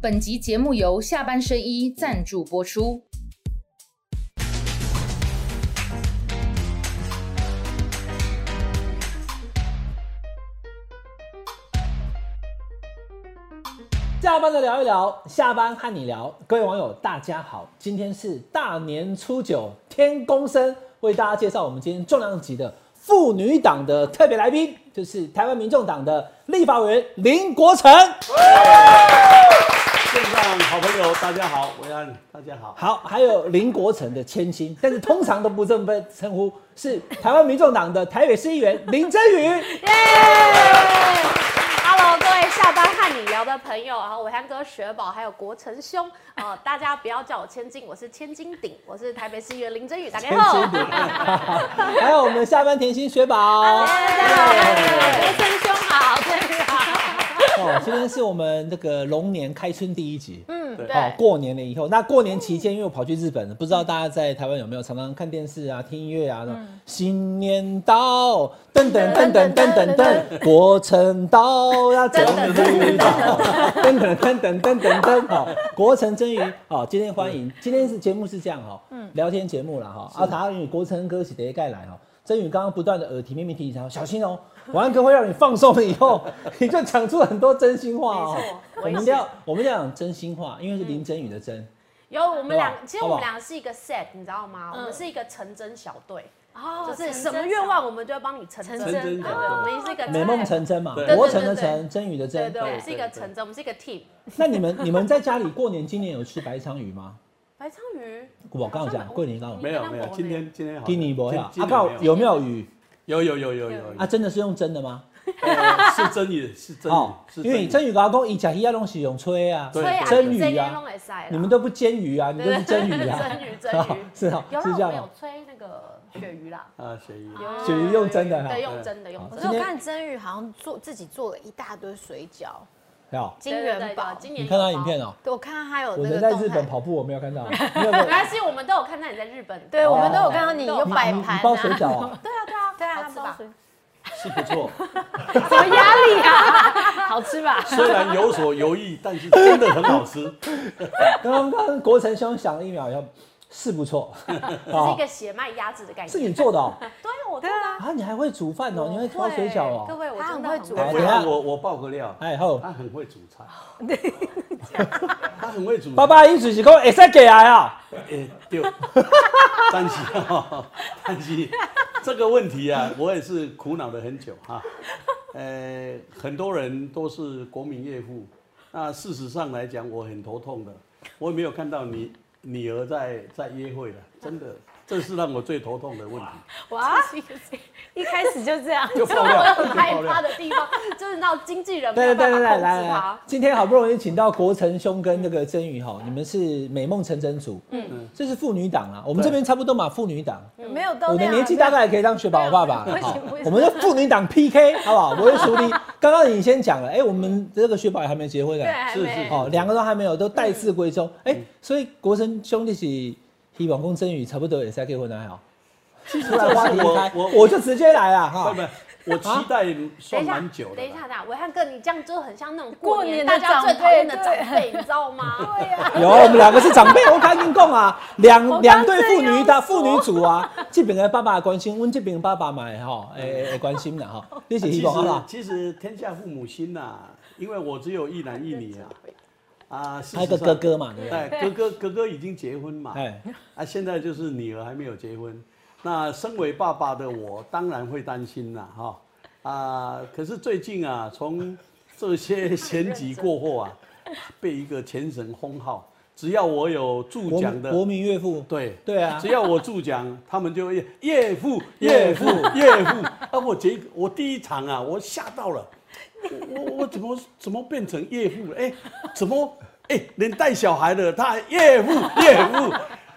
本集节目由下半身衣赞助播出。下班的聊一聊，下班和你聊。各位网友，大家好，今天是大年初九，天公生为大家介绍我们今天重量级的妇女党的特别来宾，就是台湾民众党的立法委员林国成。线上好朋友，大家好，维安，大家好。好，还有林国成的千金，但是通常都不这么被称呼，是台湾民众党的台北市议员林真宇。耶！Hello，各位下班和你聊的朋友，然啊后伟汉哥、雪宝，还有国成兄，呃，大家不要叫我千金，我是千金顶，我是台北市议员林真宇，打哦开千后。金顶，还有我们下班甜心雪宝。哎大家好，国成兄好，真啊宇好。哦，今天是我们这个龙年开春第一集。嗯，对哦，对，过年了以后，那过年期间，因为我跑去日本了，不知道大家在台湾有没有常常看电视啊、听音乐啊？新年到，噔噔噔噔噔噔噔，国城到呀，终于到， 噔噔噔噔噔噔噔，好，国城真于好，今天欢迎，今天是节目是这样哈，聊天节目了哈，阿塔与国城哥是第一盖来哈。真宇刚刚不断的耳提面命提醒他，小心哦、晚安哥会让你放松了以后，你就讲出很多真心话 哦、没错我们一我也是定要我们讲真心话，因为是林真宇的真，有我好们不俩，好其实我们俩是一个 set，你知道吗？嗯我们是一个成真小队，哦，就就是是什什么么愿愿望我们就会帮你成真。成真对小队我们是一个哦美梦成真嘛，对国成的对对成，真宇的对真对，。我们是一个对对成真，我们是一个 team。那你们你们在家里过年今年有吃白鲳鱼吗？白鲳鱼，我刚刚啊好讲像过年刚好你没有没跟他有，搏今呢天今天好，给你不今呀，今阿天靠没有没有鱼有有有有有啊？真的是用真的吗？有，是真鱼是真鱼哦，，是因为真真宇阿公以前一样东西用吹啊，对所以啊真鱼啊这些都会塞啦你们都不煎鱼啊，你 们都是真 鱼啊，真鱼 真鱼是啊，有是这啦，我样们有吗？吹那个鳕鱼啦，啊，鳕鱼有鳕鱼用真的啊对，用真的用好可真今是我天的。看真宇好像做自己做了一大堆水饺，好，金元宝宝。今年你有看他包影片，哦，对，我看他有我那人个在动态。日本跑步，我没有看到，你有没有 没关系，我们都有看到你在日本。对，我们都有哦看到你有你摆你盘、啊。你包水饺啊？对啊，对啊，对啊，好吃吧包水 是不错，什么压力 啊？好吃吧？虽然有所犹豫，但是真的很好吃。刚刚国成兄想了一秒以后，是不错，这是啊一，个血脉压制的概是念。你做的哦，对，我知道。啊，你还会煮饭哦，你会包水饺各哦，位，我他真很的会很 煮好会 我等一下我我爆个料，哎好，他很会煮菜，他很会煮。 爸，爸一直是讲会使过来啊，哎，对，但是哦，但是这个问题啊，我也是苦恼了很久哈、呃，很多人都是国民岳父，那事实上来讲，我很头痛的，我也没有看到你女儿在在约会了，真的，这是让我最头痛的问题。哇， 一开始就这 样。就爆我料，就有害爆怕料。的地方，就是到经纪人没对对有对对，办来法控来制来他，。今天好不容易请到国成兄跟那个真宇哈，你们是美梦成真组，嗯嗯，这是妇女党啊，我们对这边差不多嘛，妇女党，没有到我那的样年纪大概也可以当雪宝爸爸不了，行好不行我们是妇女党 PK 好不好？我会处理。刚刚你先讲了，哎，我们这个雪宝也还没结婚呢对，，哎还是没是哦，两个都还没有，都待字闺中。哎、嗯所以国生兄弟是希望公真宇差不多也是要结婚了哈。其实突然话题一开，我我我就直接来了哈不。不，我期待等算一下蛮久，的等一啦。下，等一下，伟汉哥，你这样就很像那种过年年大的家最长讨厌的辈啊长辈，你知道 吗？对呀，有，我们两个是长辈，我赶紧讲啊，两刚两对父正女要的妇女组啊，这边的爸爸关心，我这边的爸爸买哈，哎、哎哎关心了哈，你是其希实望好不啊好？其实天下父母心呐、因为我只有一男一女啊，啊，事实还有个上哥哥嘛，对不对？哎，哥哥哥哥已经结婚嘛，哎，啊，现在就是女儿还没有结婚，那身为爸爸的我当然会担心啦，哈、啊，可是最近啊，从这些选举过后啊，被一个全省封号，只要我有助国讲民国的，民岳父，对。对啊只，要我助讲，他们就会岳父、 岳父、岳父。啊，我结我第一场啊，我吓到了，我我哎我怎么怎么变成岳父了？哎、怎么哎、连带小孩的他还岳父岳父，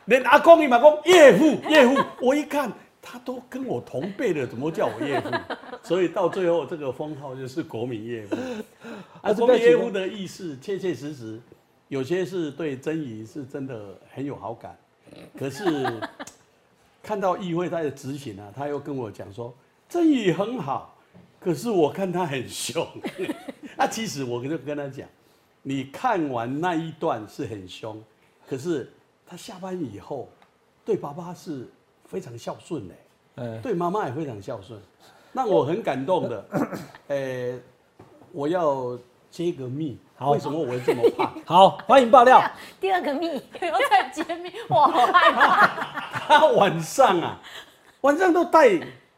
连阿公你妈公岳父岳父，我一看他都跟我同辈的，怎么叫我岳父？所以到最后这个封号就是国民岳父。啊啊，这国不要民紧岳父的意思切切实实，有些是对曾怡是真的很有好感，可是看到议会在执行啊，他又跟我讲说曾怡 很好，可是我看他很凶。那、其实我就跟他讲，你看完那一段是很凶，可是他下班以后，对爸爸是非常孝顺的，嗯，对妈妈也非常孝顺，让我很感动的。呃，我要揭个密，好为什么我会这么怕？好，欢迎爆 料。 第二个密，又在揭秘， 我好害怕。他晚上啊，晚上都带，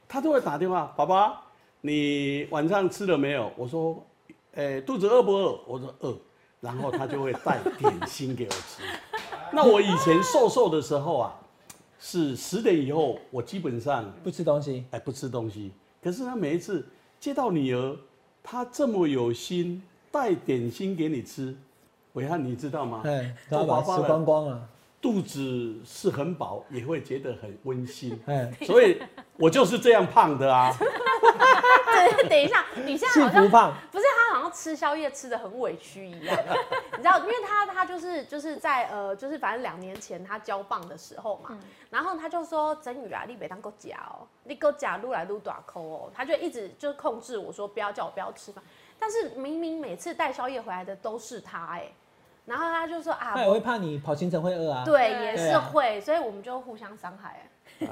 他都会打电话，爸爸，你晚上吃了没有？我说，诶、肚子饿不饿？我说饿，然后他就会带点心给我吃。 那我以前瘦瘦的时候啊，是十点以后，我基本上不吃东西，哎，不吃东西。可是他每一次接到女儿，她这么有心带点心给你吃，伟汉你知道吗？哎，都做啊要把它爸吃爸光的光了，肚子是很饱，也会觉得很温馨。哎， 所以我就是这样胖的啊。对， 等一下，你现在啊哎幸好福像胖，不是他好像吃宵夜吃的很委屈一样， 你知道，因为他他就是就是在呃就是反正两年前他交棒的时候嗯嘛，然后他就说真宇啊，你别当够假哦，你够假撸来撸短抠哦，他就一直就控制我说不要叫我不要吃饭，但是明明每次带宵夜回来的都是他哎、然后他就说啊他，也会怕你跑行程会饿啊。，对，也哎对是啊会，所以我们就互相伤害、哎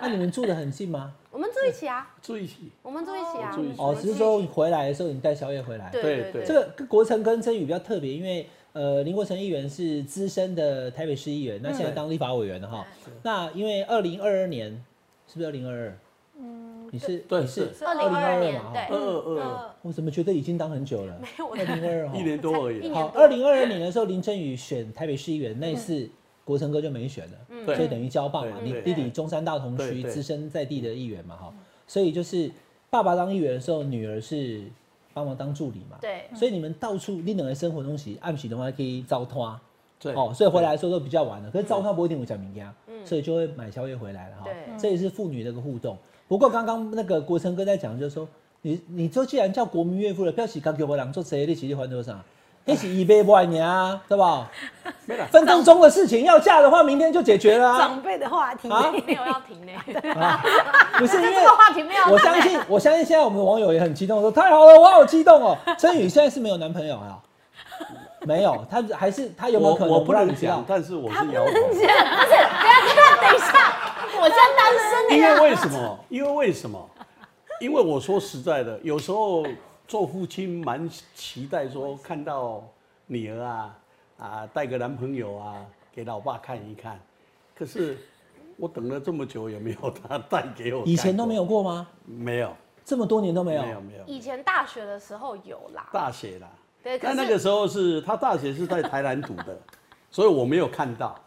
那啊你们住的很近吗？我们住一起啊， 注意起，我们住一起啊住一，起哦，我们只是住说一起回来的时候你带宵夜回来。对对对对对，这个跟国成跟曾宇比较特别，因为呃，林国成议员是资深的台北市议员，那现在嗯当立法委员了哈。那因为二零二二年是不是二零二二？嗯，你是对你是是二零二二2022年嘛哦对哈。二二我怎么觉得已经当很久了？有 我二零二二二一年多而一已。啊年好，多嗯二零二二年的时候，林振宇选台北市议员那一次，国成哥就没选了，对所以等于交棒嘛。对你对弟弟中山大同对区对资深在地的议员嘛，哈，嗯所以就是爸爸当议员的时候，女儿是帮忙当助理嘛。 对所以你们到处你两个生活东西，暗时的话可以糟蹋。对哦，所以回来的时候都比较晚了，可是糟蹋不一定有讲明天，所以就会买宵夜回来了哈。对这也是父女的一个互动。不过刚刚那个国成哥在讲，就是说你你就既然叫国民岳父了，不要洗干给我郎做谁？你起去还多少？一起一杯不你啊，对吧？ 没了，分分钟的事情，要嫁的话明天就解决了啊、长辈的话题， 啊没有要停呢、啊！ 不是因为这个话题没有要停欸。我相信，我相信现在我们的网友也很激动，说太好了，我好激动哦。春雨现在是没有男朋友啊？没有，他还是他有没有我可我能不让能你知道讲，？但是我是摇头。等一下，我现在单身因为为什么？因为为什么？因为我说实在的，有时候做父亲蛮期待说看到女儿啊啊带个男朋友啊给老爸看一看，可是我等了这么久也没有他带给我，以前都没，有过吗？没有，这么多年都没有？没有，没有，以前大学的时候有啦，大学啦。对，可但是那个时候是他大学是在台南读的， 所以我没有看到。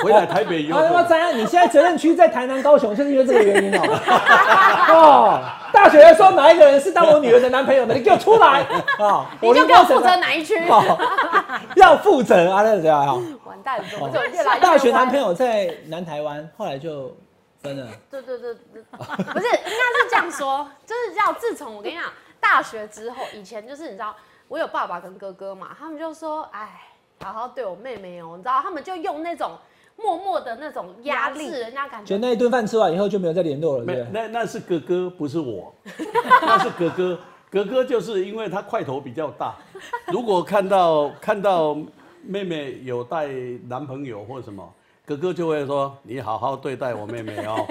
回来台北以后啊，，那怎样？你现在责任区在台南、高雄，就是因为这个原因哦。 哦，大学的时候哪一个人是当我女儿的男朋友的？你给我出 来啊、哦！你就给我负责责哪一区？哦， 要负责啊，那怎样啊？完蛋，怎么就越来越大学男朋友？友在南台湾，后来就分了。对对对， 对不是，应该是这样说，就是要自从我跟你讲，大学之后，以前就是你知道，我有爸爸跟哥哥嘛，他们就说，哎，好好对我妹妹哦，你知道，他们就用那种默默的那种压压力制人家感觉觉得那一顿饭吃完以后就没有再联络了，没对有不对？那那是哥哥，不 是我，那是哥哥。哥哥就是因为他块头比较大，如果看到看到妹妹有带男朋友或什么，哥哥就会说：“你好好对待我妹妹哦。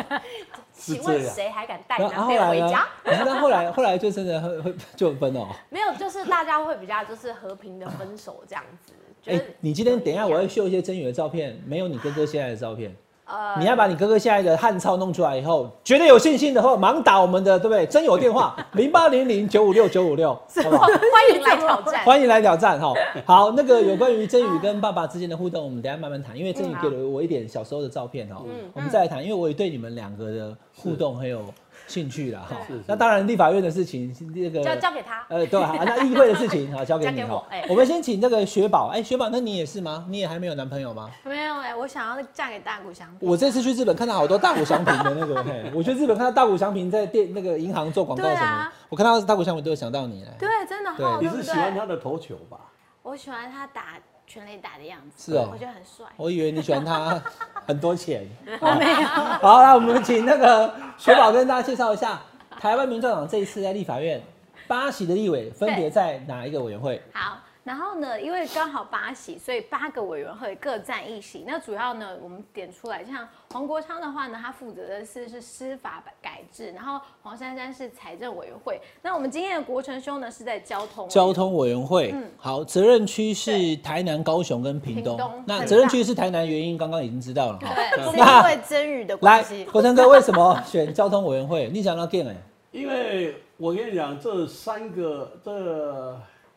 是请这问样谁还敢带然后男后朋友来回呢家？？ 然后后来后来就真的会会就分了哦。没有，就是大家会比较就是和平的分手这样子。哎、觉得你今天等一下我会会秀一些真宇的照片，没有你哥哥现在的照片。呃你要把你哥哥现在的汉超弄出来以后，觉得有信心的话，忙打我们的对不对？真有电话 零八零零九五六九五六，好不好？哦欢迎来挑 战。欢迎来挑战哈。好，那个有关于真宇跟爸爸之间的互动，我们等一下慢慢谈，因为真宇给了我一点小时候的照片嗯哈，我们再来谈，因为我也对你们两个的互动很有兴趣啦哈是嗯是。那当然，立法院的事情那个交交给他呃，对啊，那议会的事情好交 给交你给哈我哎。我们先请那个雪宝，哎，雪宝，那你也是吗？你也还没有男朋友吗？ 没有哎、我想要嫁给大谷翔平。我这次去日本看到好多大谷翔平的那个，嘿，我去日本看到大谷翔平在店那个银行做广告什对么，啊我看到大谷翔平都有想到你嘞。对，真的哈， 对你对是不喜欢对？他的头球吧？我喜欢他打全垒打的样子，是哦我觉得很帅。我以为你喜欢 他很多钱，我哦没有。好，那我们请那个雪宝跟大家介绍一下，嗯台湾民众党这一次在立法院，八席的立委分别在哪一个委员会？好，然后呢，因为刚好八席，所以八个委员会各占一席。那主要呢，我们点出来，像黄国昌的话呢，他负责的是是司法改制，然后黄珊珊是财政委员会。那我们今天的国成兄呢是在交通委员交通委员会，好，责任区是台南、高雄跟屏东嗯屏东。那很责任区是台南，原因刚刚已经知道了哈。对，好是因呃那为真宇的关来系，。国成哥为什么选交通委员会？你想到 g a 因为我跟你讲，这三个这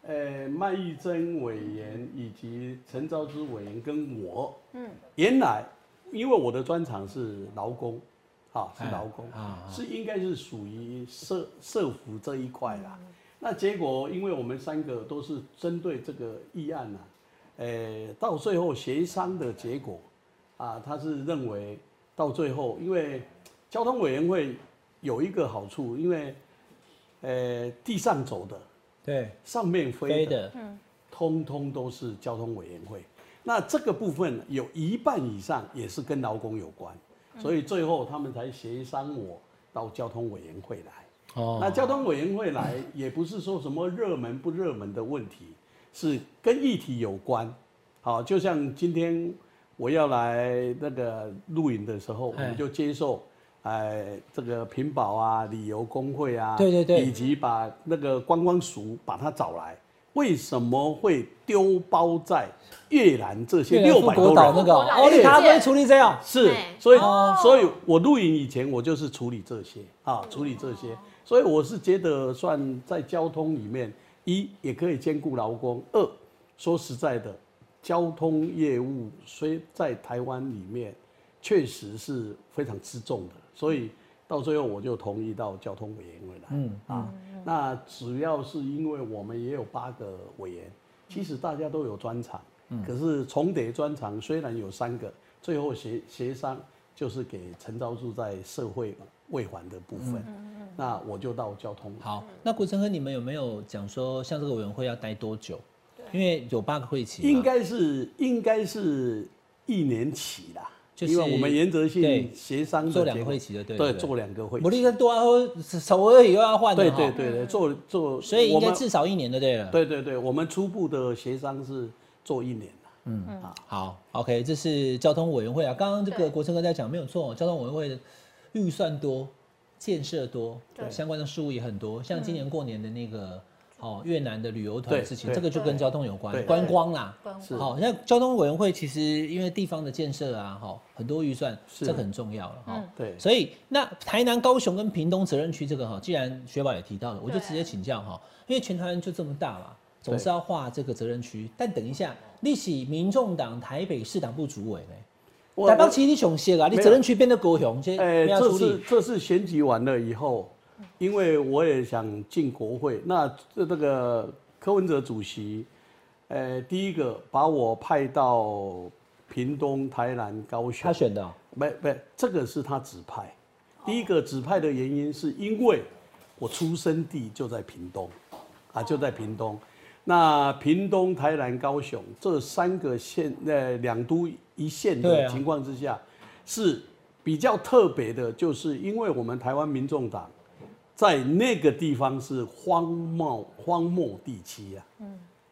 呃麦玉珍委员以及陈昭之委员跟我，嗯，原来因为我的专长是劳工，啊是劳工，哎啊是应该是属于社社服这一块啦。那结果因为我们三个都是针对这个议案呐、呃，到最后协商的结果，啊，他是认为到最后，因为交通委员会有一个好处，因为，呃，地上走的，对，上面飞飞的，的，嗯通通都是交通委员会。那这个部分有一半以上也是跟劳工有关，所以最后他们才协商我到交通委员会来。那哦，交通委员会来也不是说什么热门不热门的问题，是跟议题有关。好，就像今天我要来那个录影的时候，我哎们就接受，哎，这个屏保啊、旅游工会啊，对对对以及把那个观光署把它找来，为什么会丢包在越南这些越南六富百国多岛人？那个富国岛哦，你他会处理这样，是哎，所以、哦所以我录影以前我就是处理这些啊，处理这些，所以我是觉得算在交通里面，一也可以兼顾劳工，二说实在的，交通业务虽在台湾里面确实是非常之重的，所以到最后我就同意到交通委员会来。嗯啊，那主要是因为我们也有八个委员，其实大家都有专长，嗯可是重叠专长虽然有三个，最后协协商就是给陈昭柱在社会未还的部分，那我就到交通。嗯好，那国成哥你们有没有讲说像这个委员会要待多久？因为有八个会期嘛，应该是应该是一年起啦，就是因为我们原对则性协商的做结两个果会期的，对对，不做两个会牡蛎期，跟多阿欧首尔也又要换的对哈对，对对，做做，所以应我该们至少一年就对了。对对对，我们初步的协商是做一年啦好，OK，这是交通委员会啊。刚刚这个对国成哥在讲没有错，交通委员会的预算多，建设多，对相关的事务也很多。像今年过年的那个哦越南的旅游团对的事情，对这个就跟交通有关对，观光啦。是好，那交通委员会其实因为地方的建设啊，哈，很多预算，是这个很重要了哈。对，所以那台南、高雄跟屏东责任区这个哈，既然雪宝也提到了，我就对直接请教哈，因为全台湾就这么大嘛，总是要划这个责任区。但等一下，你是民众党台北市党部主委呢，我台北市你雄县啊，你没有责任区变得高雄，这哎，没有这处是理。这是选举完了以后，因为我也想进国会，那这这个柯文哲主席，呃，第一个把我派到屏东、台南、高雄他，选的哦、没没，这个是他指派。第一个指派的原因是因为我出生地就在屏东，啊，就在屏东。那屏东、台南、高雄这三个县，呃，两都一县对的啊情况之下，是比较特别的，就是因为我们台湾民众党在那个地方是荒漠荒漠地区呀、啊，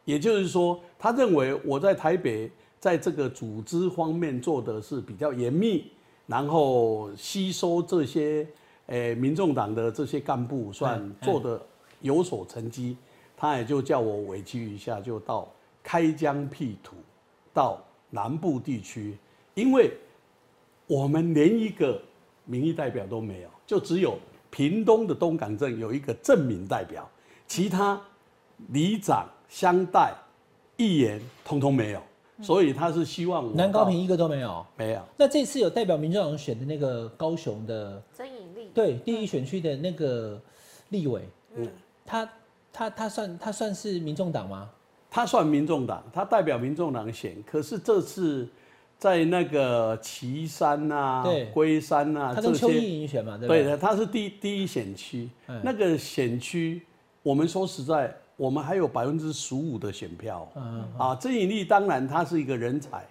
也就是说，他认为我在台北在这个组织方面做的是比较严密，然后吸收这些诶、呃民众党的这些干部，算嗯嗯做的有所成绩，他也就叫我委屈一下，就到开疆辟土，到南部地区，因为我们连一个民意代表都没有，就只有屏东的东港镇有一个镇民代表，其他里长、乡代、议员通通没有，所以他是希望我南高到平一个都没有。没有。那这次有代表民众党选的那个高雄的真引力，对第一选区的那个立委，嗯他他他算他算是民众党吗？他算民众党，他代表民众党选，可是这次在那个旗山啊对、龟山啊他这跟邱些，意莹选嘛，对不对的，他是第第一选区嗯，那个选区，我们说实在，我们还有百分之十五的选票哦，嗯，啊，郑颖丽当然她是一个人才，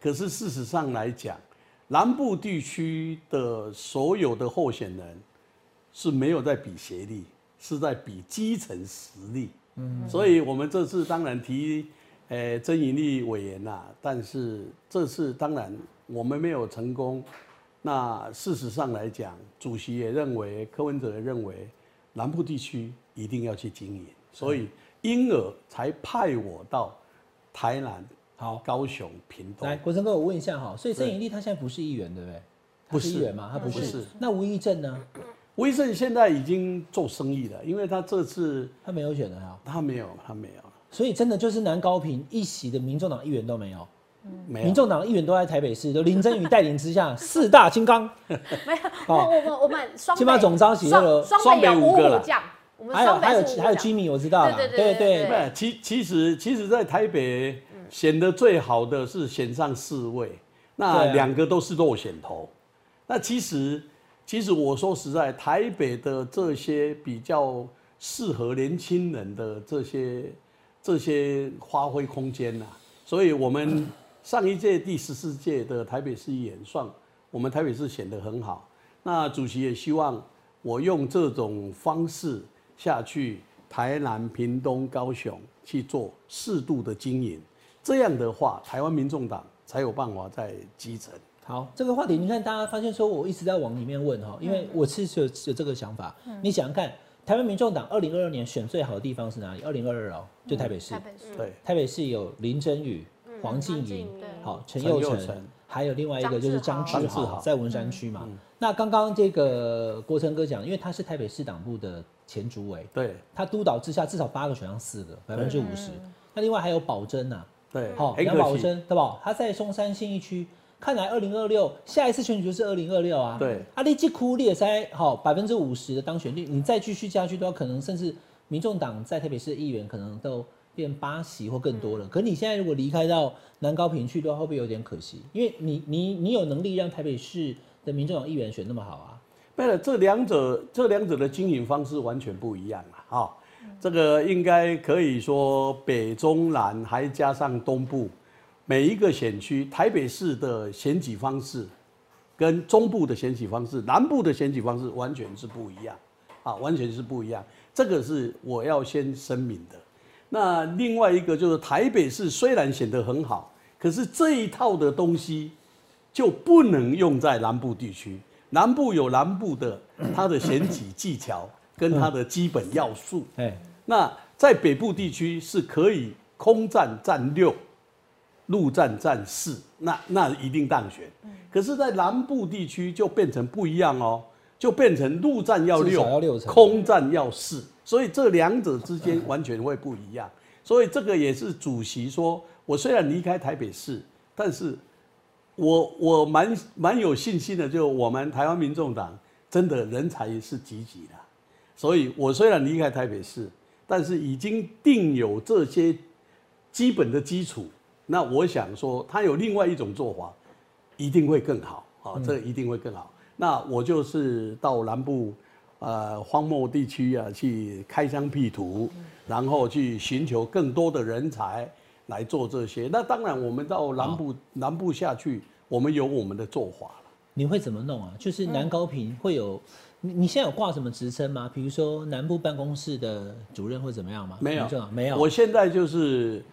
可是事实上来讲，南部地区的所有的候选人是没有在比学历，是在比基层实力。嗯，所以我们这次当然提，呃，曾盈利委员呐、但是这次当然我们没有成功。那事实上来讲，主席也认为，柯文哲也认为，南部地区一定要去经营，所以因而才派我到台南、好，高雄、屏来东。国成哥，我问一下哈，所以郑盈利他现在不是议员对不对？他不是议员吗？他不不是是。那吴益政呢？威盛现在已经做生意了，因为他这次他没有选的啊。他没有，他没有，所以真的就是南高平一席的民众党议员都没有，没民有。众党议员都在台北市，都林真宇带领之 下四大金刚，我我们我们双金马北总召集那个双双北有双北五五个啦虎将，我们还有双北哎还有是五虎还有将 Jimmy 我知道啦，对对对对不，其其实其实，在台北选的最好的是选上四位，对那啊两个都是落选头。那其实其实我说实在，台北的这些比较适合年轻人的这些这些发挥空间呐、所以我们上一届第十四届的台北市议员算我们台北市显得很好。那主席也希望我用这种方式下去台南、屏东、高雄去做适度的经营，这样的话，台湾民众党才有办法在基层。好，这个话题你看，大家发现说我一直在往里面问哈，因嗯为我是有有这个想法。你想想看，台湾民众党二零二二年选最好的地方是哪里？二零二二哦，就台北市嗯台。北市嗯对，台北市有林真宇、黄静黄怡静怡、好陈陈佑佑成成，还有另外一个就是张张志志豪豪，在文山区嘛。那刚刚这个国成哥讲，因为他是台北市党部的前主委，对，他督导之下至少八个选项四个，百分之五十。那另外还有保真啊呐、对，好、很杨可宝惜。珍对吧？他在松山信义区，看来二零二六下一次选举就是二零二六啊。对，啊，你这哭你也才好百分之五十的当选率，你再继续下去的话，可能甚至民众党在台北市的议员可能都变八席或更嗯多了。可你现在如果离开到南高平去的话，会不会有点可惜？因为你你你有能力让台北市的民众党议员选那么好啊？为了这两者，这两者的经营方式完全不一样了哈、这个应该可以说北中南还加上东部，每一个选区，台北市的选举方式跟中部的选举方式、南部的选举方式完全是不一样，啊，完全是不一样。这个是我要先声明的。那另外一个就是台北市虽然显得很好，可是这一套的东西就不能用在南部地区。南部有南部的它的选举技巧跟它的基本要素，哎、那在北部地区是可以空战战六，陆战战四，那那一定当选。嗯可是，在南部地区就变成不一样哦，就变成陆战要至六，少要六成空战要四，所以这两者之 间完全会不一样。所以这个也是主席说，我虽然离开台北市，但是我我蛮蛮有信心的，就我们台湾民众党真的人才是济济的，所以我虽然离开台北市，但是已经定有这些基本的基础。那我想说，他有另外一种做法，一定会更好啊、这一定会更好。那我就是到南部，呃，荒漠地区啊，去开疆辟土，然后去寻求更多的人才来做这些。那当然，我们到南部南部下去，我们有我们的做法了。你会怎么弄啊？就是南高平会有，你你现在有挂什么职称吗？比如说南部办公室的主任或怎么样吗？没有民众党没有。啊我现在就是，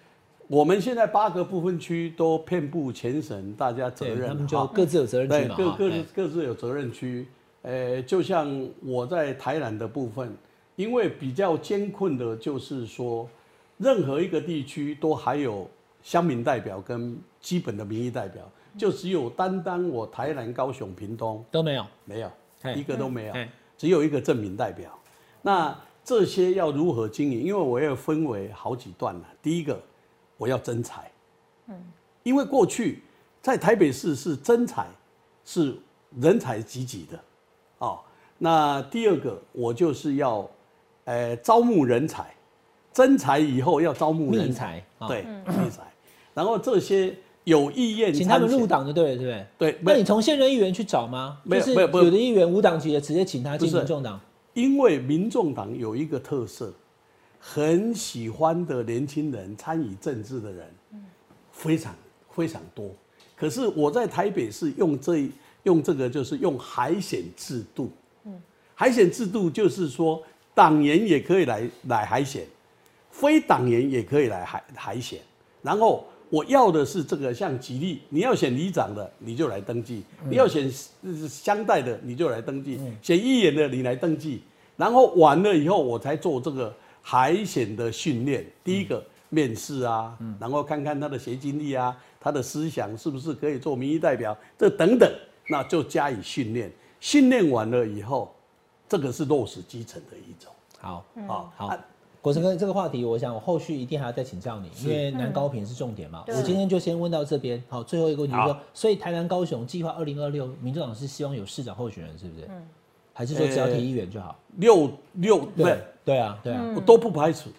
我们现在八个部分区都遍布全省，大家责对任他们哈就各自有责任对，去嘛。各哈各自哎各自有责任区。呃，就像我在台南的部分，因为比较艰困的就是说，任何一个地区都还有乡民代表跟基本的民意代表，就只有单单我台南、高雄、屏东都没有。哎没有嘿，一个都没有嘿，只有一个正民代表。那这些要如何经营？因为我要分为好几段了。第一个，我要征才，因为过去在台北市是征才，是人才济济的，哦。那第二个，我就是要，呃，招募人才，征才以后要招募人密才，才，啊，对，人才。然后这些有意愿请他们参选入，党就对了，对不对？对，那你从现任议员去找吗？没有就是没有不是有的议员无党籍的，直接请他进不是民众党。因为民众党有一个特色，很喜欢的年轻人参与政治的人，非常非常多。可是我在台北市用这一用这个就是用海选制度，海选制度就是说党员也可以来来海选，非党员也可以来海海选。然后我要的是这个，像吉利，你要选里长的，你就来登记；你要选呃乡代的，你就来登记；选议员的，你来登记。然后完了以后，我才做这个海选的训练。第一个面试啊，然后看看他的学经历啊，他的思想是不是可以做民意代表，这等等，那就加以训练。训练完了以后，这个是落实基层的一种。好，好好啊，国成哥这个话题，我想我后续一定还要再请教你，因为南高平是重点嘛。我今天就先问到这边。好，最后一个问题就是说嗯好，所以台南高雄计划二零二六，民进党是希望有市长候选人，是不是？嗯还是说只要提议员就好？六六呃对对，对啊，对啊。我都不排除，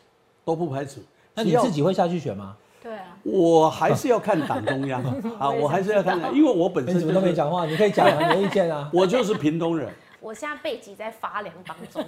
都不排除。那你只要自己会下去选 吗？对啊，我还是要看党中 央啊，我还是要看，因为我本你身怎么都没就是，讲话，你可以讲啊你的意见啊。我就是屏东人，我现在背脊在发凉当中，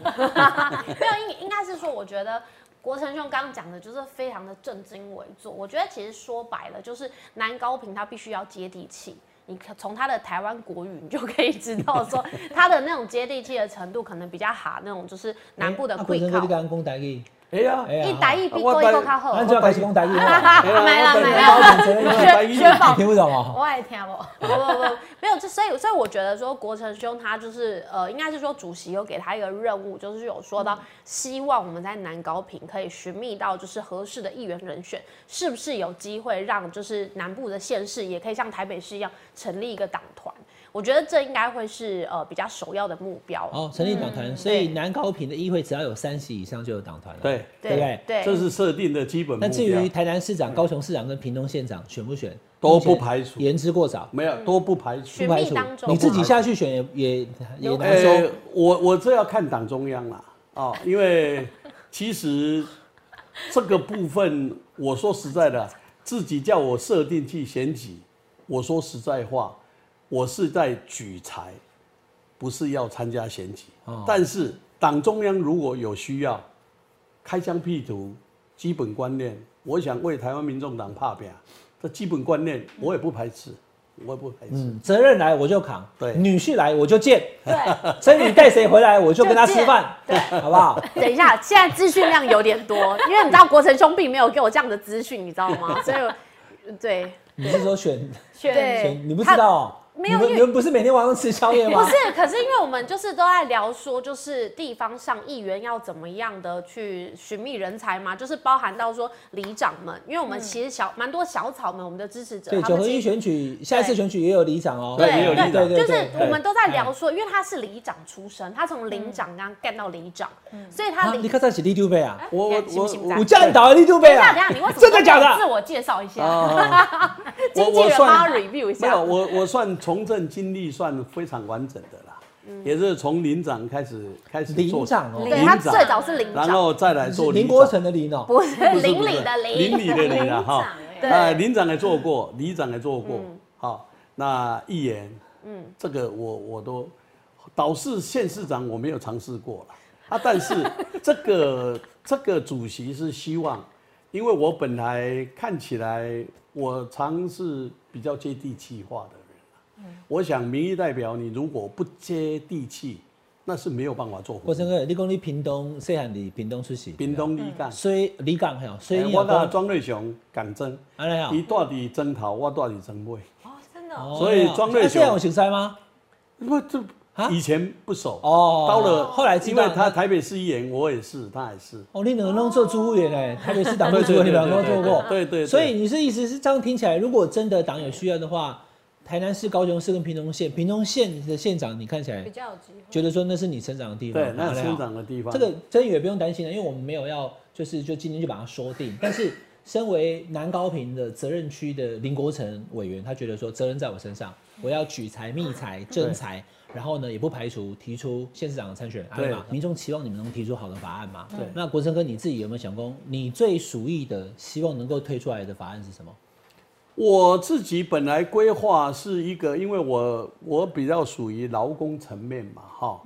没有应应该是说，我觉得国成兄刚刚讲的就是非常的正襟危坐。我觉得其实说白了，就是南高平他必须要接地气。你可从他的台湾国语，你就可以知道说他的那种接地气的程度，可能比较哈那种就是 南部的啊贵国成哥靠你，刚讲台语，哎呀，哎哎呀一打一哦比我过一白个靠后那。就要开始讲台语了。买了买了，高平承认我了白衣学你听不懂哦。我也听不不。不不，没有，就所以所以我觉得说国成兄他就是呃，应该是说主席有给他一个任务，就是有说嗯到希望我们在南高平可以寻觅到就是合适的议员人选，是不是有机会让就是南部的县市也可以像台北市一样成立一个党团？我觉得这应该会是呃比较首要的目标。哦，成立党团，所以嗯南高平的议会只要有三席以上就有党团了。对，对不对？对，这是设定的基本目那至于标，台南市长、高雄市长跟屏东县长选不选，都不目前排除言之过早，没有都不排除选。不排密除当。中你自己下去选也也也难哎说。，我我这要看党中央啦，哦，因为其实这个部分，我说实在的，自己叫我设定去选举，我说实在话，我是在举才，不是要参加选举。哦但是党中央如果有需要，开疆辟土，基本观念，我想为台湾民众党怕表，这基本观念我也不排斥，我也不排斥。嗯，责任来我就扛，呃对女婿来我就 见，对，真女带谁回来我就跟他吃 饭，对，好不好？等一下，现在资讯量有点多，因为你知道国成兄并没有给我这样的资讯，你知道吗？所以我对。你是说 选对选？你不知道哦？没有你们因你为们不是每天晚上吃宵夜吗？不是，可是因为我们就是都在聊说，就是地方上议员要怎么样的去寻觅人才嘛，就是包含到说里长们，因为我们其实小蛮多小草们，我们的支持者，嗯对，他九们合其一实选举，下一次选举也有里长哦，对也有里长对对，就是对哎我们都在聊说，因为他是里长出身，他从领长刚干到里长，所以他啊，你里。看在起立丢杯啊，我我行不我行我我叫你倒立丢杯等一下，等一啊下，，你为什么真的假都没有的？自我介绍一下，啊，我 经纪我人帮他算 review 一没下有，。我我算从政经历算非常完整的啦，也是从林长开始开始做里长哦，嗯对他最早是领然长，后再来是做林里国长，成的林哦，不是不是邻不是里的邻里的里啊哈，对啊，林长也做过，里长也做过，好，那议员，嗯，这个我我都，导师县市长我没有尝试过了啊，但是这个这个主席是希望，因为我本来看起来我常是比较接地气化的人啊，我想民意代表你如果不接地气，那是没有办法做国活的。成哥，你讲你屏东细汉伫屏东出世，屏东里干，所以李港嘿哦，所以哎你我有跟讲，庄瑞雄讲真。安尼伊哦住伫枕头，我住伫枕尾。哦，真的哦。哦，所以庄啊瑞雄现在有熟悉吗？不，这啊以前不熟。哦到了后来知因道为他台北市议员，我也是，他也是。哦，你两个都做植物园哎，台北市 党部主委，你们两个都做过，对对对对所以你是意思是这样听起来，如果真的党有需要的话，台南市、高雄市跟屏东县，屏东县的县长，你看起来比较有机会。觉得说那是你成长的地方，对，那安尼哦生长的地方。这个真宇也不用担心了，因为我们没有要就是就今天就把它说定。但是身为南高平的责任区的林国成委员，他觉得说责任在我身上，我要举才、觅才、征才，然后呢也不排除提出县市长的参选案对嘛。民众期望你们能提出好的法案嘛？对那国成哥你自己有没有想过，你最属意的希望能够推出来的法案是什么？我自己本来规划是一个，因为我我比较属于劳工层面嘛，哈。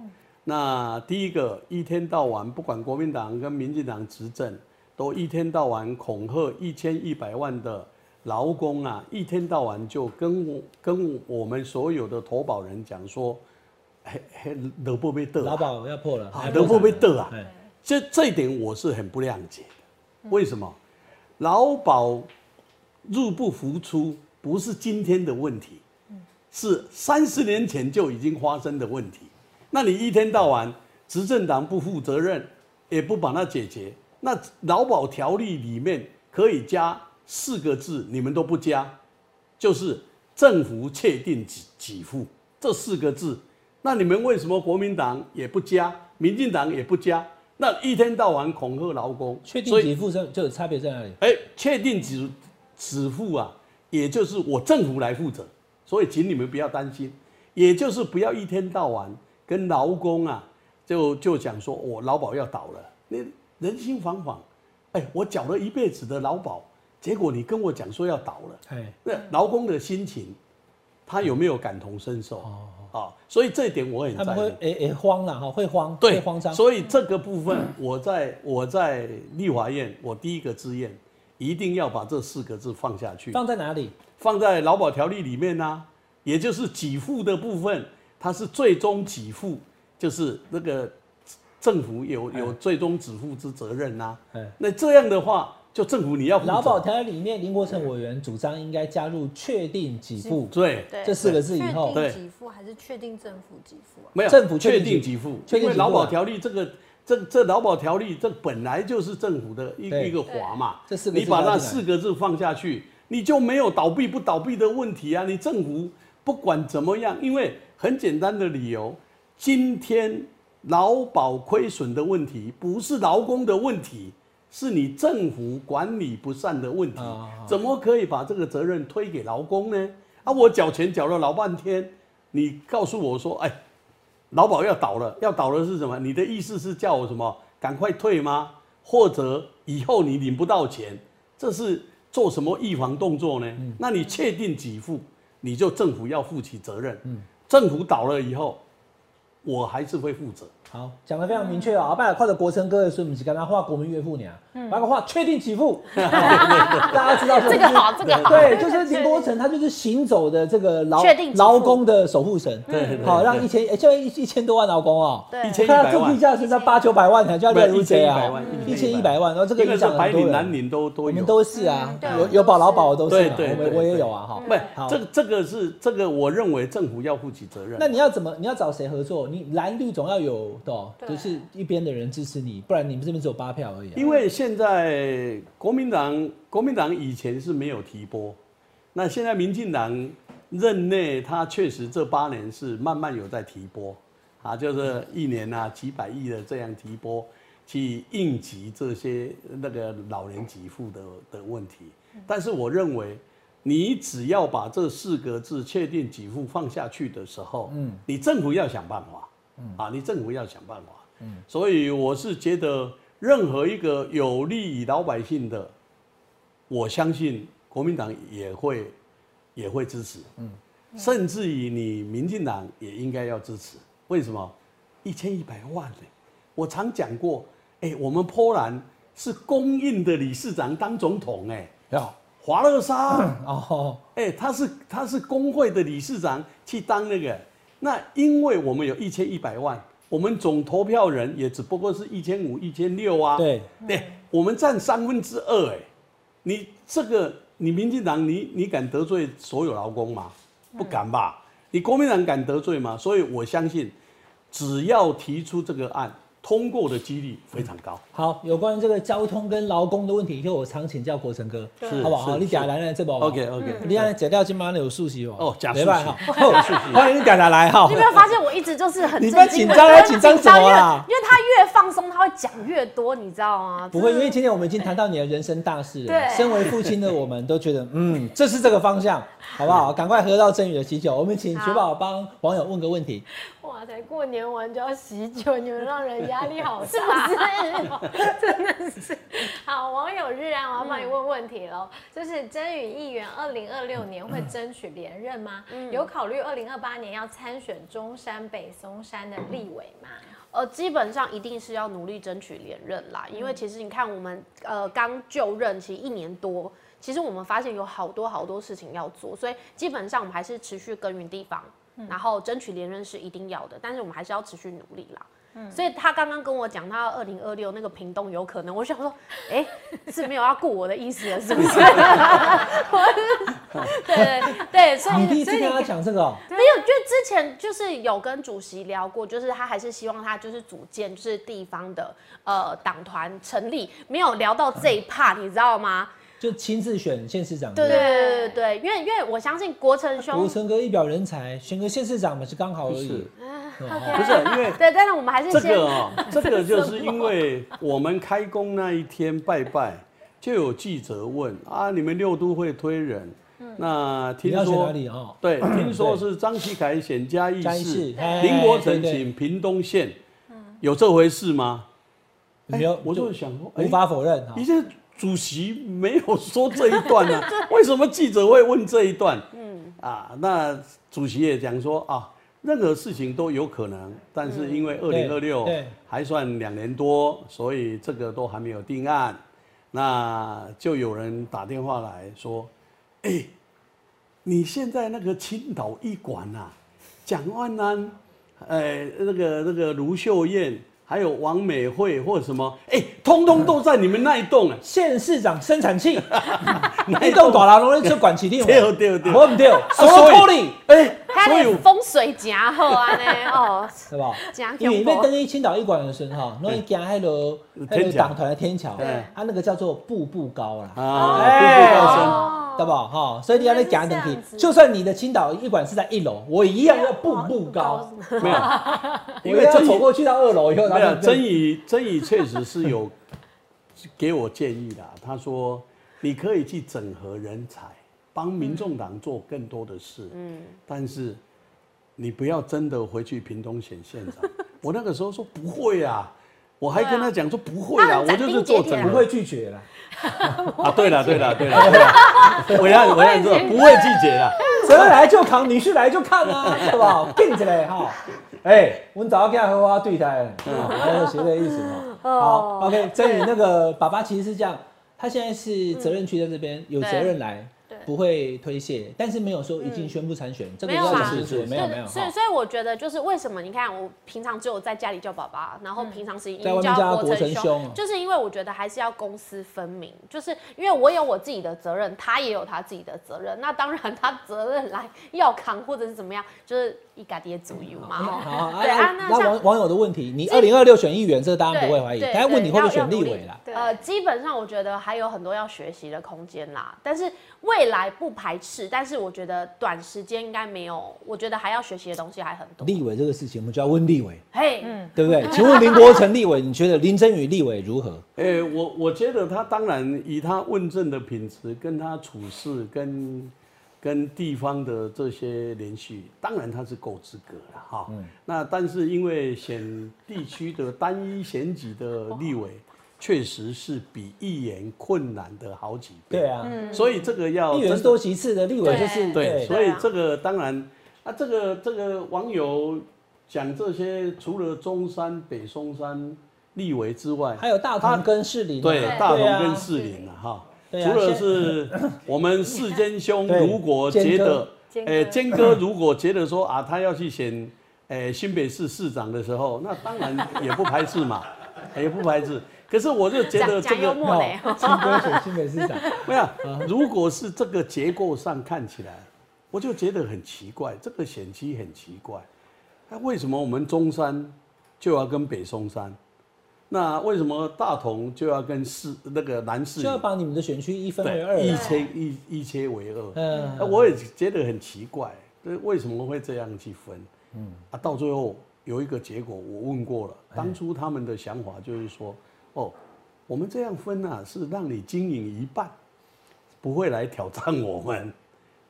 那第一个一天到晚，不管国民党跟民进党执政，都一天到晚恐吓一千一百万的劳工啊，一天到晚就跟我跟我们所有的投保人讲说，嘿嘿，萝卜被得、劳保要破了，啊还劳保被得啊哎这这一点我是很不谅解的。嗯为什么？劳保入不敷出不是今天的问题，嗯是三十年前就已经发生的问题。那你一天到晚执政党不负责任，也不把它解决，那劳保条例里面可以加四个字，你们都不加，就是政府确定给给付这四个字。那你们为什么国民党也不加，民进党也不加？那一天到晚恐吓劳工，确定所以给付上就有差别在哪里？哎，确定指指付啊，也就是我政府来负责，所以请你们不要担心，也就是不要一天到晚跟劳工啊，就就讲说我劳保要倒了，你人心惶惶，哎，我缴了一辈子的劳保，结果你跟我讲说要倒了，哎，那劳工的心情，他有没有感同身受？啊，所以这一点我很他在们意会。哎哎慌了哈，会慌，对，会慌张。所以这个部分，我在我在立法院，我第一个志愿一定要把这四个字放下去，放在哪里？放在劳保条例里面呢、啊也就是给付的部分，它是最终给付，就是那个政府有有最终给付之责任呐、哎那这样的话，就政府你要负责劳保条例里面，林国成委员主张应该加入“确定给付对” 对这四个字以后，对确定给付还是确定政府给付啊？没有政府确确定定给给付，确定因给为付啊劳保条例这个这这劳保条例这本来就是政府的一对一个法嘛，这四个字你把拉那进来四个字放下去，你就没有倒闭不倒闭的问题啊！你政府不管怎么样，因为很简单的理由，今天劳保亏损的问题不是劳工的问题。是你政府管理不善的问题啊，怎么可以把这个责任推给劳工呢？啊，我缴钱缴了老半天，你告诉我说，哎，劳保要倒了，要倒了是什么？你的意思是叫我什么？赶快退吗？或者以后你领不到钱，这是做什么预防动作呢？嗯那你确定给付，你就政府要负起责任。嗯政府倒了以后，我还是会负责。好，讲的非常明确哦。阿爸跨着国成哥的孙母是跟他画国民岳父娘，那个画确定给 付，大家知道嗯这个好，这个好。对，就是林国成，他就是行走的这个劳确定给付嗯劳工的守护神。对对对好，让一千，哎现在一一千多万劳工哦。对一千一看他百这地万，价是在八九百万才叫不列是入贼啊1100万，一千一百万，哦然后这个一个影是响很白多领、人蓝。领都都我有们。都是啊嗯对，有我们有保都劳是保的都是嘛，对对我对们对我也有啊哈。不是，好这个这个是这个，我认为政府要负起责任。那你要怎么？你要找谁合作？你蓝绿总要有的哦，对就是一边的人支持你，不然你们这边只有八票而已啊。因为现在国民党，国民党以前是没有提拨，那现在民进党任内，他确实这八年是慢慢有在提拨，啊，就是一年啊几百亿的这样提拨，去应急这些那个老人给付的的问题。但是我认为，你只要把这四个字确定给付放下去的时候，嗯，你政府要想办法，啊，你政府要想办法。所以我是觉得，任何一个有利于老百姓的，我相信国民党也会也会支持。嗯，甚至于你民进党也应该要支持。为什么？一千一百万呢、我常讲过，哎、我们波兰是公印的理事长当总统、哎，要华勒沙。哦，哎、他是他是工会的理事长去当那个，那因为我们有一千一百万，我们总投票人也只不过是一千五、一千六啊，对，对，我们占三分之二，哎，你这个你民进党你你敢得罪所有劳工吗？不敢吧？你国民党敢得罪吗？所以我相信，只要提出这个案，通过的几率非常高。好，有关于这个交通跟劳工的问题，就我常请教国成哥，是好不好？是好你是嗲来来这把 OK OK，哦你看假掉今晚有数息哦，哦假没数办息法好，欢迎你嗲嗲来哦哈你有。没有发现我一直就是很你不要震惊紧张啊我紧张什么啦因为因为他越放松，他会讲越多，你知道吗？ 不会，因为今天我们已经谈到你的人生大事了。对身为父亲的我们都觉得，嗯，这是这个方向，好不好？赶快喝到真宇的喜酒。我们请雪宝帮网友问个问题。哇塞，过年完就要喜酒，你们让人压力 好大，是不是？真的是。好，网友日安，我要帮你问问题喽，就是真宇议员二零二六年会争取连任吗？有考虑二零二八年要参选中山北松山的立委吗？呃，基本上一定是要努力争取连任啦，因为其实你看我们呃刚就任其实一年多，其实我们发现有好多好多事情要做，所以基本上我们还是持续耕耘地方，然后争取连任是一定要的，但是我们还是要持续努力啦。所以他刚刚跟我讲他二零二六那个屏东有可能，我想说，哎、是没有要顾我的意思了，是不是？ 我是对对对，所以你第一次所以跟他讲这个哦，没有，就之前就是有跟主席聊过，就是他还是希望他就是组建就是地方的呃党团成立，没有聊到这一趴，你知道吗？就亲自选县市长。对对不对对对，啊因为因为我相信国成国兄，成哥一表人才，选个县市长嘛是刚好而已。哦不是因为对，但是我们还是这先、个啊、 这个就是因为我们开工那一天拜拜，就有记者问啊，你们六都会推人，那你听要选哪说里哦？ 对，听说是张其凯选嘉义嘉义市市，哎林国成对对请屏东县，有这回事吗？没有，我就想说，无哎，法否认哈你。这主席没有说这一段 呢、为什么记者会问这一段？嗯，啊，那主席也讲说啊，任何事情都有可能，但是因为二零二六嗯对。还算两年多，所以这个都还没有定案。那就有人打电话来说，哎、你现在那个青岛一馆啊，蒋万安，呃，那个那个卢秀燕，还有王美惠或什么，哎、通通都在你们那一栋啊县市长生产 器，一栋大楼拢咧出管市长，对对对我唔对，啊所所以有理，哎、他所以的我风水夹好啊呢， 哦，对吧？夹因为恐那怖等于青岛一馆的时候，那一家那个那个党团的天桥，对啊，那个叫做步步高啦，啊，哎步步高升。哦对吧？哈，所以你要再讲原来是点这样题，子就算你的青岛一馆是在一楼，我一样要步哦步高，没 有，因因为为要曾走毅过去到二楼以后，没然有后曾毅，曾毅确实是有给我建议的。啊他说，你可以去整合人才，帮民众党做更多的事。嗯，但是你不要真的回去屏东选县长。我那个时候说不会啊，我还跟他讲说不会他啊，很我斩就是钉做截铁整啊不合会拒绝啦。啊。对了，对了，对了，对了， 我要我要说不会拒绝啊了。谁来就扛，你是来就看啊，对吧？并着嘞哈。哎、我们早上跟荷花对台，哦还有学的意思哦。好，OK，真宇那个爸爸其实是这样，他现在是责任区在这边，有责任来，不会推卸，但是没有说已经宣布参选，这个没有要啦讲清楚，没有没有。所以哈所以我觉得就是为什么你看我平常只有在家里叫爸爸，然后平常时已嗯在经外面叫叫他国国成成兄啊兄，就是因为我觉得还是要公私分明，就是因为我有我自己的责任，他也有他自己的责任，那当然他责任来要扛或者是怎么样，就是一家爹主义嘛。 哦好，对啊啊，那那像网网友的问题，你二零二六选议员，这个大家不会怀疑，对对大家问你会不会对要选立要努委力啦？对呃，基本上我觉得还有很多要学习的空间啦，但是未来不排斥，但是我觉得短时间应该没有，我觉得还要学习的东西还很多。嗯立委这个事情，我们就要问立委，嘿，对不对？ 请问林国成立委，你觉得林真宇立委如 何？诶、哎我我觉得他当然以他问政的品质，跟他处事，跟跟地方的这些联系，当然他是够资格了哈。嗯那但是因为选地区的单一选举的立委，确实是比议员困难的好几倍。对，啊，所以这个要议员嗯真是的多其次的，立委就是对，所以啊这个当然啊，这个这个网友讲这些，除了中山、北松山立委之外，还有大同跟士林啊，对，大对同啊跟士林啊，哈。对啊除了是 我们世间兄，对如果觉得，坚哥呃，坚哥如果觉得说啊，他要去选，呃，新北市市长的时候，那当然也不排斥嘛， 也不排斥。可是我就觉讲得这讲幽个默嘞。金龟水哦新北市长， 没有，啊如果是这个结构上看起来，我就觉得很奇怪，这个选区很奇怪。那为什么我们中山就要跟北松山？那为什么大同就要跟市那个南市就要把你们的选区一分为二一啊。切一一切为二？那嗯，我也觉得很奇怪，这为什么会这样去分？嗯，啊，到最后有一个结果，我问过了，哎当初他们的想法就是说，哦，我们这样分啊，是让你经营一半，不会来挑战我们，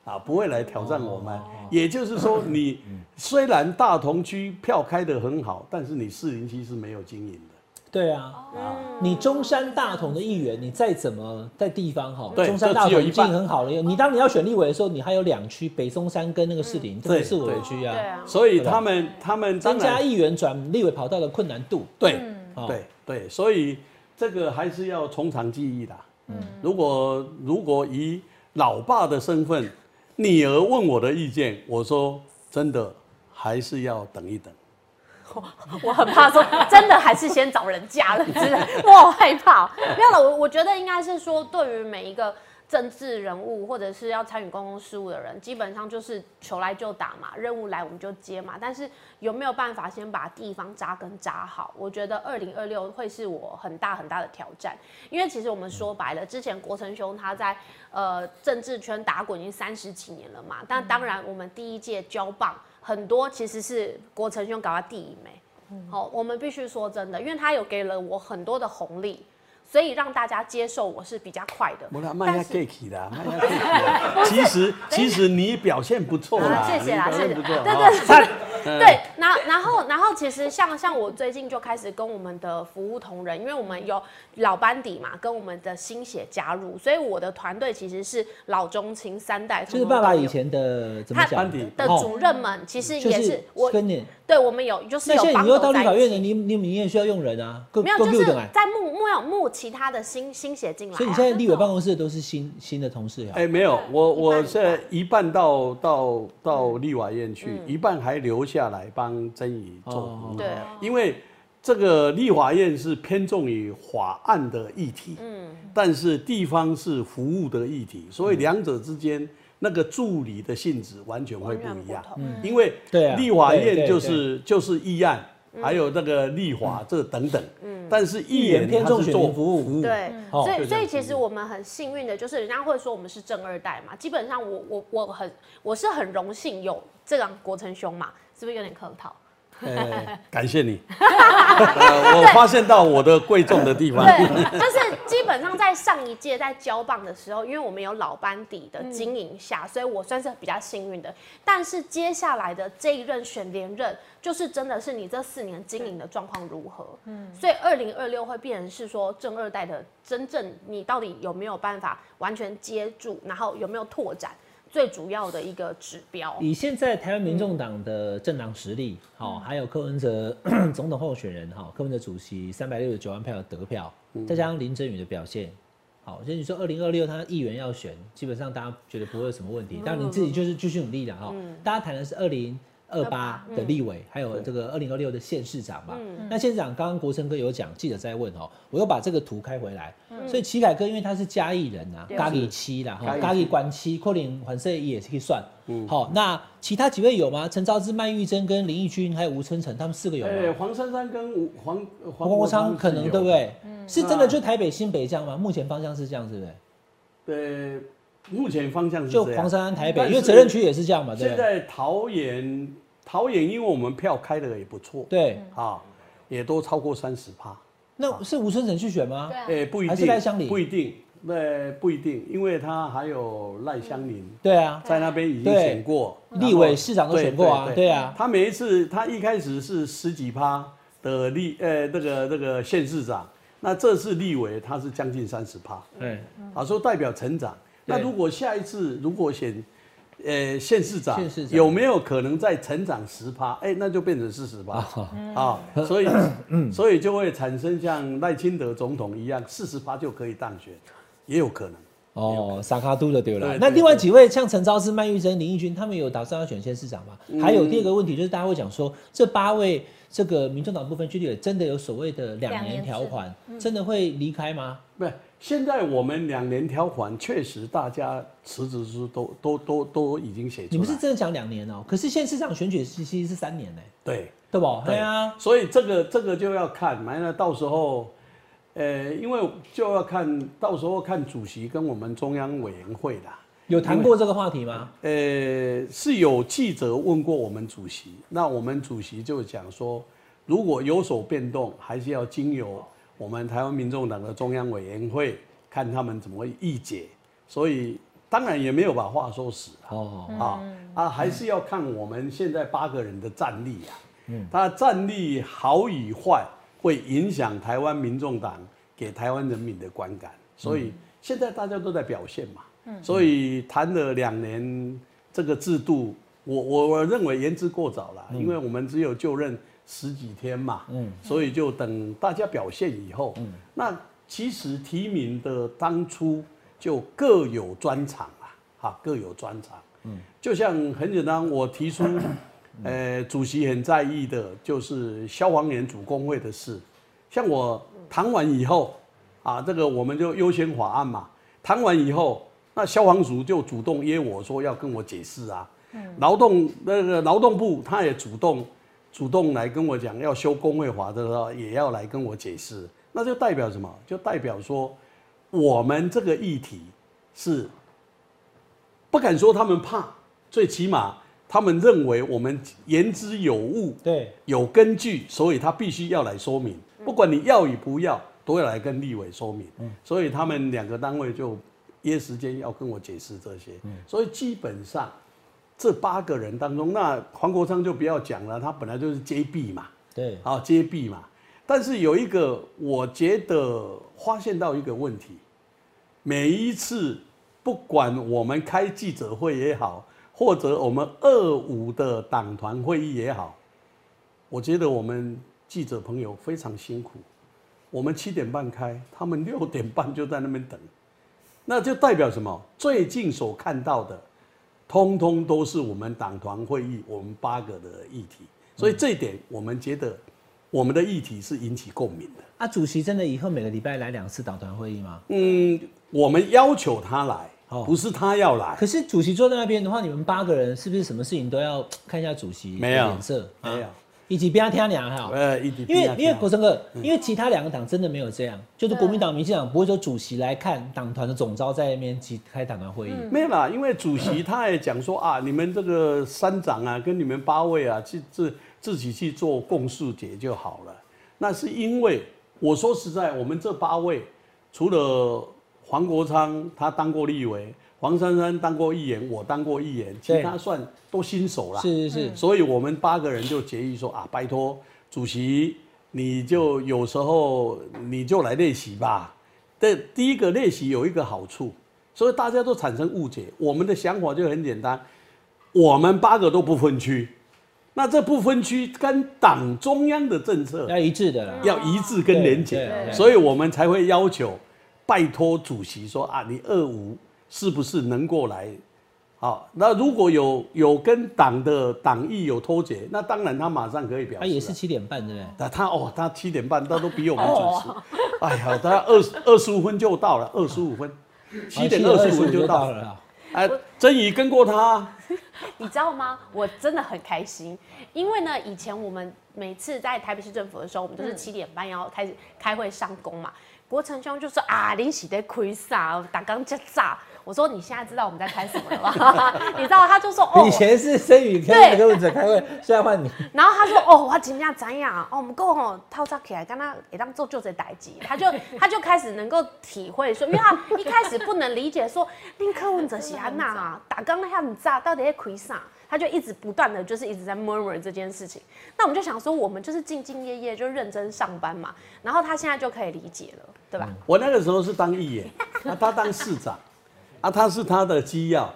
啊，不会来挑战我们。哦也就是说，你嗯虽然大同区票开得很好，但是你四零七是没有经营的。对啊，哦啊你中山大同的议员，你再怎么在地方哈，对中山大就只有同一已经半很好了。你当你要选立委的时候，你还有两区，北松山跟那个士林，这不对是我的区对啊啊。所以他们他们当增加然议员转立委跑道的困难度，对。哦对对，所以这个还是要从长计议的。嗯，如果如果以老爸的身份，女儿问我的意见，我说真的还是要等一等。我很怕说，真的还是先找人嫁了，真的，我好害怕。 没有了，我我觉得应该是说，对于每一个政治人物或者是要参与公共事务的人，基本上就是求来就打嘛，任务来我们就接嘛。但是有没有办法先把地方扎根扎好？我觉得二零二六会是我很大很大的挑战，因为其实我们说白了，之前国成兄他在呃政治圈打滚已经三十几年了嘛，但当然我们第一届交棒。很多其实是国成兄搞到第一枚，好、我们必须说真的，因为他有给了我很多的红利，所以让大家接受我是比较快的。不啦，卖下 gay 起 啦，卖下 gay 啦。其实其实你表现不错啦，啊谢谢你啦表现谢不谢错。对哦对对嗯对，然后然后然后其实像像我最近就开始跟我们的服务同仁，因为我们有老班底嘛，跟我们的新血加入，所以我的团队其实是老中青三代，就是爸爸通通都有以前的怎么他讲班底的哦主任们，其实就也是我跟你。对我们有就是哦那有现在帮你又手到立在法一院了，起。你你你也需要用人啊，更没有，更就是六等哎。在募募要募其他的新新血进来、啊，所以你现在立委办公室都是新新的同事呀哎、。没有，我一我半现在一半到到到立法院去，一半还留下来帮曾宇做哦服务，嗯对因为这个立法院是偏重于法案的议题，嗯，但是地方是服务的议嗯题，所以两者之间那个助理的性质完全会不一样，嗯因为对啊立法对院对就是就是议案。嗯还有那个立法这等等，嗯，但是议议员员偏他重是选做民服务服务，对，哦所以就这所样以子其实我们很幸运的，就是人家会说我们是正二代嘛。基本上我我我很我是很荣幸有这样国成兄嘛，是不是有点客套？哎感谢 你、呃我发现到我的贵重的地方。对，就是基本上在上一届在交棒的时候，因为我们有老班底的经营下，所以我算是比较幸运的。但是接下来的这一任选连任，就是真的是你这四年经营的状况如何？嗯，所以二零二六会变成是说正二代的真正你到底有没有办法完全接住，然后有没有拓展，最主要的一个指标。以现在台湾民众党的政党实力，好、还有柯文哲 总统候选人哈、柯文哲主席三百六十九万票的得票，再加上林振宇的表现，好，所以你说二零二六他议员要选，基本上大家觉得不会有什么问题。当然你自己就是继续努力了哈、大家谈的是二零。二八的立委，还有这个二零二六的县市长嘛，那县市长刚刚国成哥有讲，记者在问哦，我又把这个图开回来，所以齐凯哥因为他是嘉义人啊，对嘉义七啦，哈，嘉义嘉义关七，可能反正也是可以算。嗯好，那其他几位有吗？陈昭之、麦玉珍跟林义君还有吴春成，他们四个有哎，吗？黄珊珊跟吴黄黄黄国国昌昌可能对不？对？是真的那就台北、新北这样吗？目前方向是这样，是不是？呃，目前方向是就这黄样。珊珊台但北，因是为责任区也是这样嘛，对不现对？在桃园桃园，因为我们票开的也不错，对，嗯啊，也都超过三十趴。那是吴春成去选吗对？啊哎，不一还是定，赖香林不一定，那不一定，因为他还有赖香林对嗯啊，在那边已经对选过，立委、市长都选过啊，对对对啊。他每一次，他一开始是十几趴的立，呃，那个那个县市长，那这次立委他是将近三十趴，对，啊，说代表成长。那嗯对如果下一次如果选，呃，县市长县市长有没有可能再成长十趴？哎、那就变成四十趴哦啊，嗯所以 所以就会产生像赖清德总统一样，四十趴就可以当选，也有可能。哦，萨卡都的对了对。那对另外几位像陈昭之、麦玉珍、林义君，他们有打算要选县市长吗？嗯还有第二个问题就是，大家会讲说，这八位这个民众党部分区立委真的有所谓的两两年年条制嗯款，真的会离开吗？不是，现在我们两年条款确实大家辞职书都都都都已经写出来。你们是真的讲两年哦、可是县市长选举期其实是三年呢、对对不？对啊，，所以这个这个就要看，完了到时候，呃，因为就要看到时候看主席跟我们中央委员会啦。有谈过这个话题吗？呃，是有记者问过我们主席，那我们主席就讲说，如果有所变动，还是要经由我们台湾民众党的中央委员会看他们怎么议解，所以当然也没有把话说死啊。哦，啊啊，还是要看我们现在八个人的战力啊。他战力好与坏，会影响台湾民众党给台湾人民的观感。所以现在大家都在表现嘛。所以谈了两年这个制度，我我我认为言之过早了，因为我们只有就任十几天嘛。所以就等大家表现以后，那其实提名的当初就各有专长啊，哈，各有专长。嗯，就像很简单，我提出呃，主席很在意的就是消防员主工会的事。像我谈完以后，啊，这个我们就优先法案嘛。谈完以后，那消防署就主动约我说要跟我解释啊。劳动那个劳动部他也主动主动来跟我讲要修工会法的时候，也要来跟我解释。那就代表什么？就代表说我们这个议题是不敢说他们怕，最起码他们认为我们言之有物，对，有根据，所以他必须要来说明，不管你要与不要，都要来跟立委说明。所以他们两个单位就约时间要跟我解释这些。所以基本上这八个人当中，那黄国昌就不要讲了，他本来就是 JB 嘛，对，啊 JB 嘛。但是有一个，我觉得发现到一个问题，每一次不管我们开记者会也好，或者我们二五的党团会议也好，我觉得我们记者朋友非常辛苦。我们七点半开，他们六点半就在那边等，那就代表什么？最近所看到的，通通都是我们党团会议我们八个的议题，所以这一点我们觉得我们的议题是引起共鸣的。啊，主席真的以后每个礼拜来两次党团会议吗？嗯，我们要求他来，哦不是他要来。可是主席坐在那边的话，你们八个人是不是什么事情都要看一下主席的没有脸色？啊没有，以及不要听两哈。呃，一定因为不因为要国成哥，因为其他两个党真的没有这样，就是国民党、民进党不会说主席来看党团的总召在那边集开党团会议，没有啦，因为主席他也讲说啊，你们这个三长啊，跟你们八位啊，去自自己去做共识解就好了。那是因为我说实在，我们这八位，除了黄国昌他当过立委，黄珊珊当过议员，我当过议员，其对他算都新手啦。是是是，所以我们八个人就决议说啊，拜托主席，你就有时候你就来练习吧。这第一个练习有一个好处，所以大家都产生误解。我们的想法就很简单，我们八个都不分区，那这不分区跟党中央的政策要一致的啦。要一致跟对对连结，对所以我们才会要求拜托主席说啊，你二五是不是能够来？好，那如果有有跟党的党意有脱节，那当然他马上可以表他示啊。也是七点半，对不对？那他哦，他七点半，他都比我们准时。哎呀，他二十二十五分就到了，二十五分，七哦点二十五分就到了。啊。哎，曾宇跟过他啊，你知道吗？我真的很开心，因为呢，以前我们每次在台北市政府的时候，我们都是七点半要开始开会上工嘛。国成兄就说啊，你洗得亏啥，打刚加炸。我说你现在知道我们在谈什么了吧？ 你知道，他就说哦，以前是申宇开会跟记者开会，现在换你。然后他说：“哦，我真正怎样哦，我们够吼套早起来，跟他也当做就这代志。” 他就他就开始能够体会说，因为他一开始不能理解说，林柯文哲喜安娜 啊，打刚那下你炸到底在亏啥？他就一直不断的就是一直在 murmur 这件事情。那我们就想说，我们就是兢兢业业，就认真上班嘛。然后他现在就可以理解了，对吧？我那个时候是当议员，啊，他当市长，啊，他是他的机要，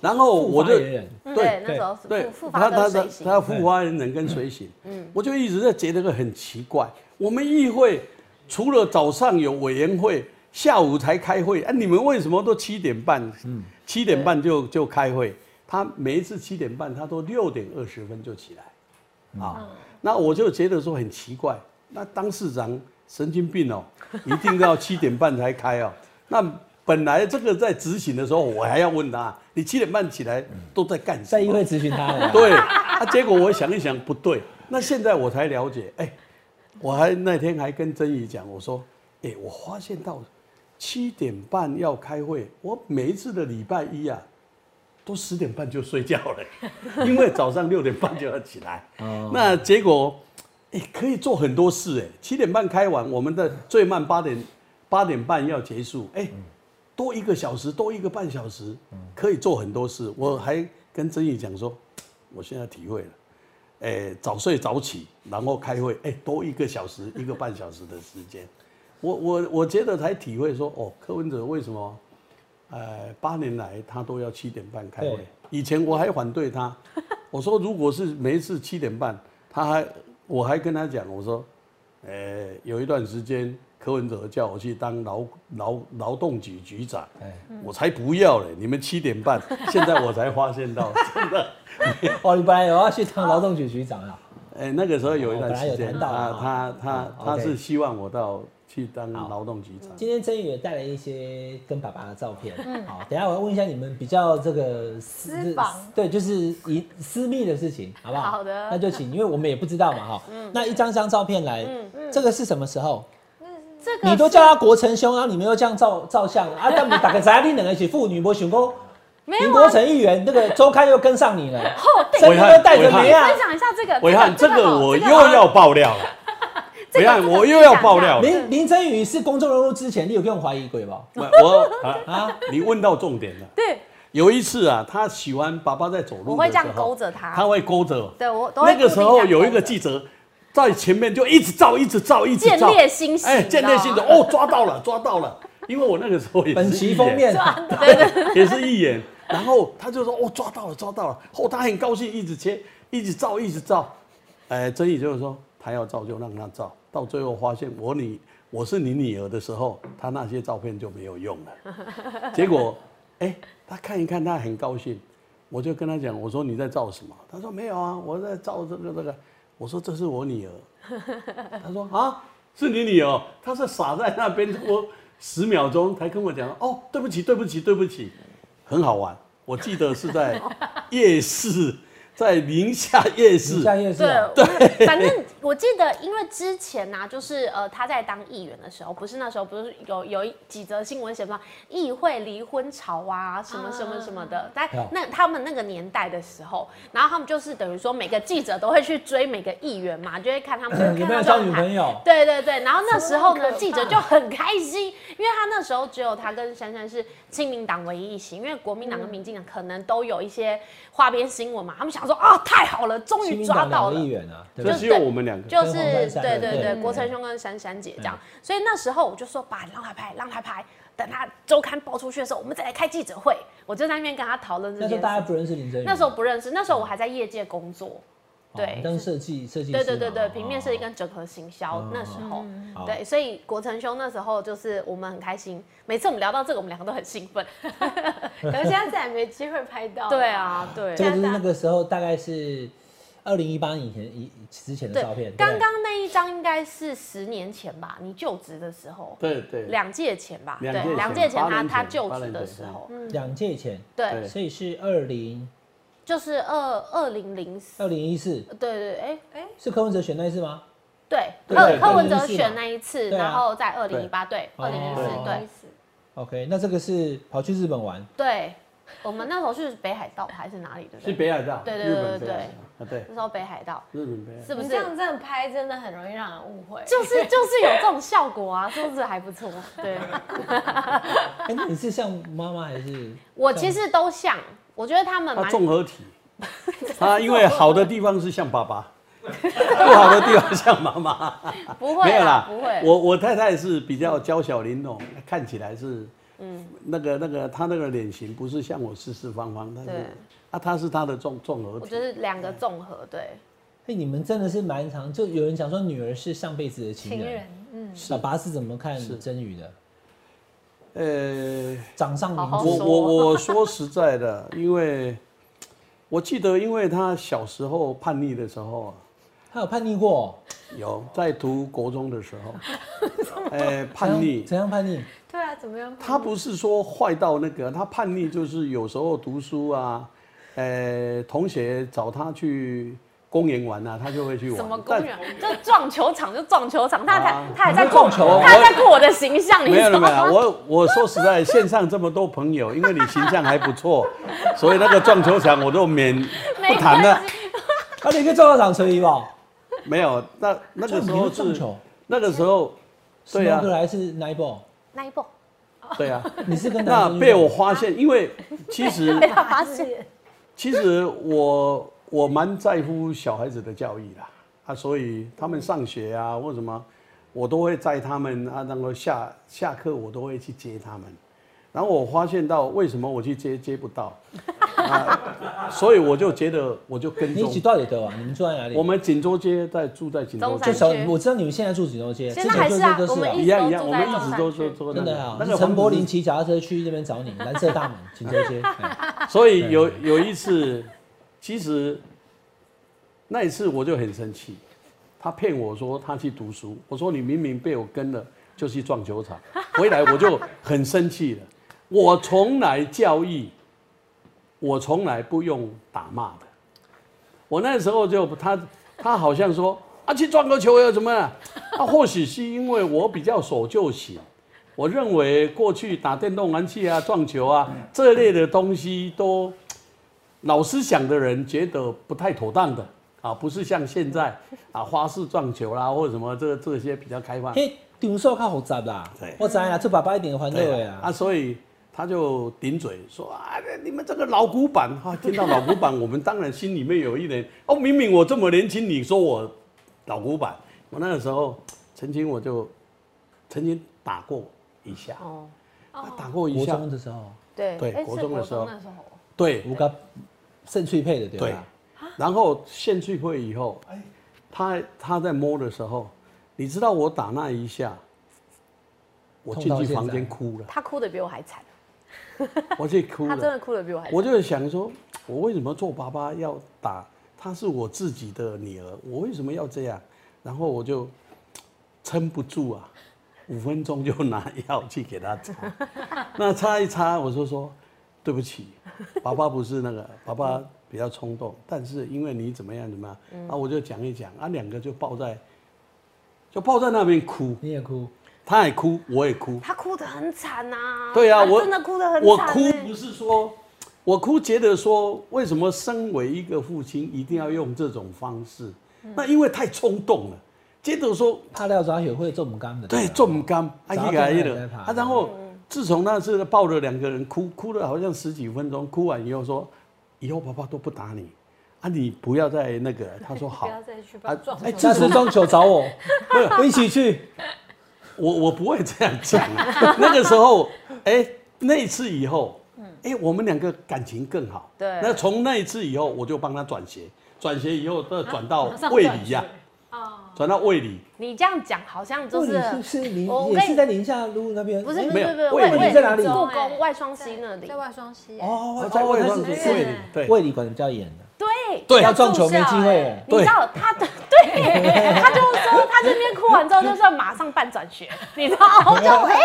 然后我就发言人嗯对那时候对复，复他他发跟他水型，他复发言人跟随行，嗯，我就一直在觉得个很奇怪，我们议会除了早上有委员会，下午才开会，啊，你们为什么都七点半？嗯，七点半就就开会，他每一次七点半他都六点二十分就起来，啊，那我就觉得说很奇怪，那当市长神经病哦，一定要七点半才开哦， 那。本来这个在执行的时候，我还要问他，你七点半起来都在干什么？在议会咨询他了。 对，啊，结果我想一想不对，那现在我才了解，哎、我还那天还跟曾怡讲，我说，哎、我发现到七点半要开会，我每一次的礼拜一啊，都十点半就睡觉了，因为早上六点半就要起来。哦那结果，哎、可以做很多事哎、七点半开完，我们的最慢八点八点半要结束，哎、多一个小时，多一个半小时，可以做很多事。我还跟曾毅讲说，我现在体会了，哎、早睡早起，然后开会，哎、多一个小时、一个半小时的时间， 我我我觉得才体会说，哦，柯文哲为什么，呃，八年来他都要七点半开会对，以前我还反对他， 我说如果是每一次七点半，他还我还跟他讲，我说，呃，有一段时间柯柯文哲叫我去当劳劳劳动局局长，哎我才不要嘞！你们七点半，现在我才发现到，真的。哦，你本来有要去当劳动局局长啊？哎、那个时候有一哦段时本来有间，谈他到啊他他嗯他 OK 是希望我到去当劳动局长。今天真宇也带了一些跟爸爸的照片，好，等一下我要问一下你们比较这个私私房对，就是以私密的事情，好不好？好的那就请，因为我们也不知道嘛，哈。那一张张照片来，这个是什么时候？这你都叫他国成兄，然啊后你们又这样照照相啊？但你打个杂你两个一起妇女，我想过没林有国啊，成议员那个周刊又跟上你了，对真的又带着梅啊分？享一下这个。伟汉，这个我又要爆料了，这伟个汉，这个我又要爆料了。林林真宇是公众人物之前，你有跟我怀疑过吧？我啊，啊，你问到重点了。对，有一次啊，他喜欢爸爸在走路的时候，我会这样勾着他他会勾着我。对我都会那个时候有一个记记者在前面就一直照，一直照，一直见照，猎心喜，哎，你知见道猎吗心的哦，抓到了，抓到了。因为我那个时候也是本期艺封人面 也是一眼，然后他就说：“哦，抓到了，抓到了！”哦，他很高兴，一直切，一直照，一直照。哎，曾毅就是说，他要照就让他照，到最后发现我女我是你女儿的时候，他那些照片就没有用了。 结果，哎，他看一看，他很高兴，我就跟他讲，我说你在照什么？他说没有啊，我在照这个这个。我说这是我女儿， 他说啊，是你女儿，他是傻在那边多十秒钟才跟我讲哦，对不起，对不起，对不起，很好玩。我记得是在夜市，在宁夏夜市林，夏夜市对哦啊，对，反正我记得，因为之前呐、就是呃，他在当议员的时候，不是那时候不是有有一几则新闻写嘛，议会离婚潮啊，什么什么什么啊的，在嗯那他们那个年代的时候，然后他们就是等于说每个记者都会去追每个议员嘛，就会看他们 嗯有没有看交到女他们。朋友？对对对，然后那时候怎么那么可呢，怕记者就很开心，因为他那时候只有他跟珊珊是亲民党唯一一席，因为国民党跟民进党可能都有一些花边新闻嘛，他们想说啊、太好了，终亲于民抓党到两了个议。员啊，对不对这就只是有我们两个。就跟是黄珊珊对对对对，嗯国成兄跟珊珊姐这样，所以那时候我就说爸，让他拍，让他拍，等他周刊报出去的时候，我们再来开记者会。我就在那边跟他讨论这那时件候大家事。不认识林真宇，那时候不认识，那时候我还在业界工作，对哦当设计设计师嘛对对对对，哦平面设计跟整合行销哦那时候好，对，所以国成兄那时候就是我们很开心，每次我们聊到这个，我们两个都很兴奋。可是现在再也没机会拍到。对，啊，对。这个就是那个时候大概是二零一八以前以之前的照片，对不对刚刚那一张应该是十年前吧，你就职的时候，对对，两届前吧，对两届，前两届前八他年他前就八职年的前时候，两届前，对对，所以是二零就是二二零零四，二零一四，对对，哎是柯文哲选那一次吗？对，对柯对柯文哲2014嘛选那一次，对啊然后在二零一八，对，哦二零零四，对对啊 OK，那这个是跑去日本玩，对，我们那时候是北海道还是哪里，对不是对？北海道，对对日本对北海道啊对，那时候北海道日本北海道。是不你是这？样真的拍，真的很容易让人误会。就是就是有这种效果啊，是不是还不错？对，哎，那你是像妈妈还是？ 我其实都像，我觉得他们他蛮哦综合 体，他因为好的地方是像爸爸，不好的地方像妈妈。不 会啊没有啦，不会。我我太太是比较娇小玲珑，看起来是，嗯，那个那个她那个脸型不是像我四四方方，但是对啊，她是她的综综合我体觉。得两个综合，对，哎，你们真的是蛮常，就有人讲说女儿是上辈子的情情人人，，嗯，爸爸是怎么看是真宇的？呃，掌上明好好珠我说我我说实在的，因为我记得，因为她小时候叛逆的时候啊，他有叛逆过，哦有在读国中的时 候，呃，叛逆，怎样怎样叛逆？对啊，怎么样？他不是说坏到那个，他叛逆就是有时候读书啊，呃，同学找他去公园玩啊，他就会去玩。什么公园？就撞球场就撞球场，他啊还他还在你会撞过球啊他还在过我的形象，但？你没有知了道没有了，吗？我我说实在，线上这么多朋友，因为你形象还不 错，所以那个撞球场我都免不谈了。啊，你跟赵校长成一吧？没有，那那这个时你会候撞是球，那个时候，是对那啊个还是 n i b o 那一波 对啊，你是跟那男生被我发现，因为其实 被他发现，其实我我蛮在乎小孩子的教育啦，啊，所以他们上学啊或什么，我都会载他们啊，然后下下课我都会去接他们。然后我发现到为什么我去接接不到，啊 所以我就觉得我就跟你一起踪。到底得啊？你们住在哪里？我们锦州街在住在锦州中就街山小区，我知道你们现在住锦州街，现之在前还就是啊这个我是们啊一样一样，一直我们一直都说都住在中山区说真的啊，那我个是陈柏霖房子骑脚踏车去那边 找你，蓝色大门锦州街。哎是，所以有有一次，其实那一次我就很生气，他骗我说他去读书，我说你明明被我跟了，就去撞球场，回来我就很生气了。我从来教育，我从来不用打骂的。我那时候就他他好像说啊去撞个球又怎么了？啊，或许是因为我比较守旧型，我认为过去打电动玩具啊、撞球啊这类的东西都，老思想的人觉得不太妥当的啊，不是像现在啊花式撞球啦、或者什么这这些比较开放。嘿，场所较复杂啦对，我知啦，这爸爸一定会烦恼对的啊，啊，啊。所以他就顶嘴说啊，你们这个老古板 哈、听到老古板，我们当然心里面有一点哦，明明我这么年轻，你说我老古板，我那个时候曾经我就曾经打过一下，哦，啊打过一国下中，的时候，对，对哎是国中的时候国那时候对有个肾脆配的对对吧？，然后县聚会以后，哎他他在摸的时候，你知道我打那一下，我进痛到去现房间在哭了，他哭的比我还惨，我去哭他了真。的哭的比我还惨。我就想说，我为什么做爸爸要打？她是我自己的女儿，我为什么要这样？然后我就撑不住啊，五分钟就拿 药去给她擦，那擦一擦，我就说对不起，爸爸不是那个，爸爸比较冲动，但是因为你怎么样怎么样，嗯啊，我就讲一讲，啊，两个就抱在，就抱在那边哭，你也哭，她也哭，我也哭，他哭的很惨呐、对啊他我真的哭的很惨、欸我哭不是说，我哭觉得说，为什么身为一个父亲一定要用这种方式？嗯那因为太冲动了，接着说怕料抓学啊会做唔甘的。对做不甘，啊哎早呀就没呀有在的爬啊，然后嗯自从那次抱着两个人哭，哭了好像十几分钟，哭完以后说，以后爸爸都不打你，啊，你不要再那个了，他 说好不。要再去把啊它撞，哎，下次撞球找 我，我一起去。我我不会这样讲、啊。那个时候，哎、那一次以后，哎、我们两个感情更好。嗯对那从那一次以后，我就帮他转学，转学以后，啊再转到卫理呀、哦转到卫理。你这样讲好像就问是你是不是你我也跟是你在宁夏路那边？不是哎不没是有不是魏理魏在哪里故哎宫外双溪那里在。外双溪。哎哦，我在我卫那理是卫理，对卫理管的比较严的，对，对要撞球没机会了。你知道他的对，他就说他这边哭完之后，就是要马上办转学，你知道 吗？我就哎、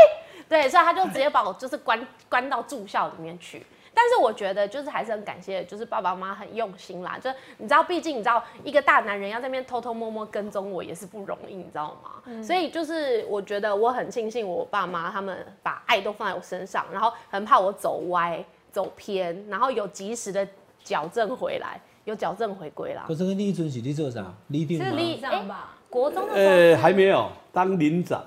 对，所以他就直接把我就是关关到住校里面去。但是我觉得就是还是很感谢，就是爸爸妈妈很用心啦。就是你知道，毕竟你知道一个大男人要在那边偷偷摸摸跟踪我也是不容易，你知道吗？所以就是我觉得我很庆幸我爸妈他们把爱都放在我身上，然后很怕我走歪走偏，然后有及时的矫正回来，有矫正回归啦可。是跟你准是你做啥？你定是吗？你这样吧，国中的时候，呃，还没有当领长，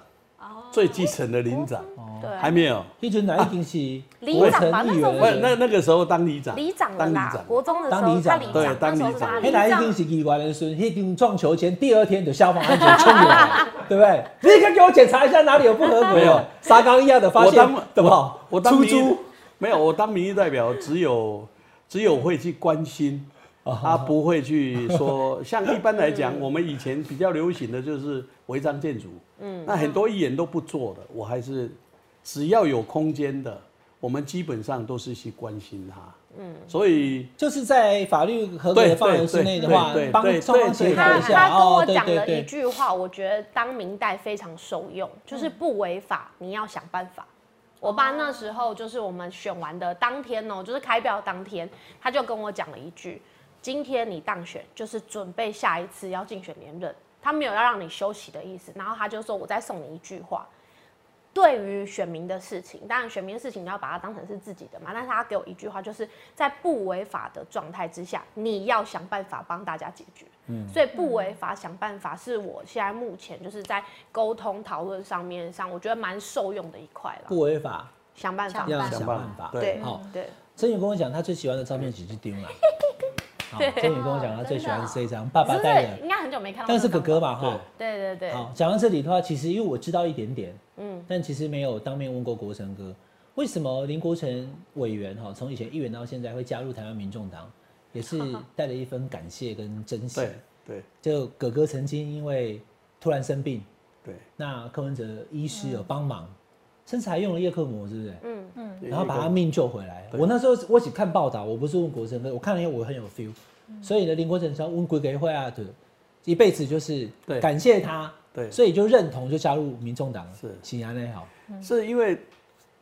最基层的领长，哦对，哦还没有。迄阵哪一定是里国啊长吧城议那时候员不对的我时，候，那那个时候当里长，里长了当里啦长，，国中的时当候里他长里对长，啊当那时候里是迄长他里哎哪一定是机关人孙，迄定撞球前第二天就消防安全冲过来， 对不对？立刻给我检查一下哪里有不合没格有，沙缸一样的发我现当，对不好？我当出民意租，没有，我当民意代表只有只有会去关心，啊啊他不会去 说。像一般来讲，我们以前比较流行的就是违章建筑，嗯，那很多议员都不做的，我还是只要有空间的，我们基本上都是去关心他，嗯，所以就是在法律合格的范围之内的话对对对，帮对双方对协对调他一下。他跟哦，我对讲对了一对，句话，我觉得当明代非常受用，就是不违法，你要想办法。我爸那时候就是我们选完的当天哦、就是开票当天，他就跟我讲了一句：今天你当选，就是准备下一次要竞选连任。他没有要让你休息的意思，然后他就说：“我再送你一句话，对于选民的事情，当然选民的事情你要把它当成是自己的嘛。但是他给我一句话，就是在不违法的状态之下，你要想办法帮大家解决。嗯，所以不违法想办法是我现在目前就是在沟通讨论上面上，我觉得蛮受用的一块了。不违法想办法想，要办想法办法。对好，对，曾宇跟我讲，他最喜欢的照片集是丢 了。好，曾宇跟我讲，他最喜欢是这一张，爸爸是不带啊是的，应该很久没看到？但是哥哥，吧，哈。对对对，好，讲到这里的话，其实因为我知道一点点，嗯，但其实没有当面问过国成哥。为什么林国成委员哈，从以前议员到现在会加入台湾民众党，也 是带了一份感谢跟珍惜对。对就哥哥曾经因为突然生病，对那柯文哲医师有帮忙，甚至还用了叶克膜，是不是？嗯嗯，对，然后把他那个命救回来。对我那时候我只看报道，我不是问国成哥，我看了因为我很有 feel，、所以嗯呢，林国成说问鬼给会啊，对，一辈子就是对感谢他，对所以就认同就加入民众党，是请安内好，是因为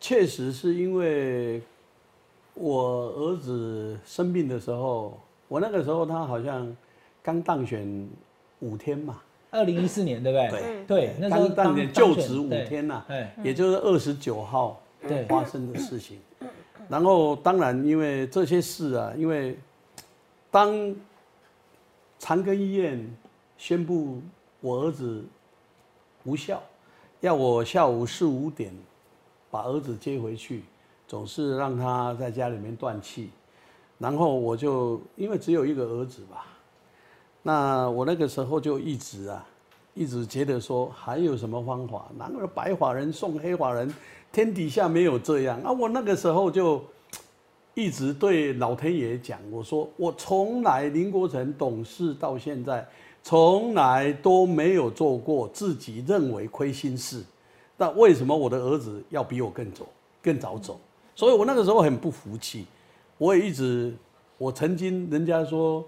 确实是因为我儿子生病的时候，我那个时候他好像刚当选五天嘛，二零一四年对不对？对对，那时候刚当年就职五天呐、嗯对哎也就是二十九号对发生的事情。然后当然，因为这些事啊，因为当长庚医院宣布我儿子无效，要我下午四五点把儿子接回去，总是让他在家里面断气。然后我就因为只有一个儿子吧，那我那个时候就一直啊，一直觉得说还有什么方法？哪有白发人送黑发人？天底下没有这样啊！我那个时候就一直对老天爷讲，我说我从来林国成董事到现在，从来都没有做过自己认为亏心事。那为什么我的儿子要比我更走，更早走？所以我那个时候很不服气，我也一直，我曾经人家说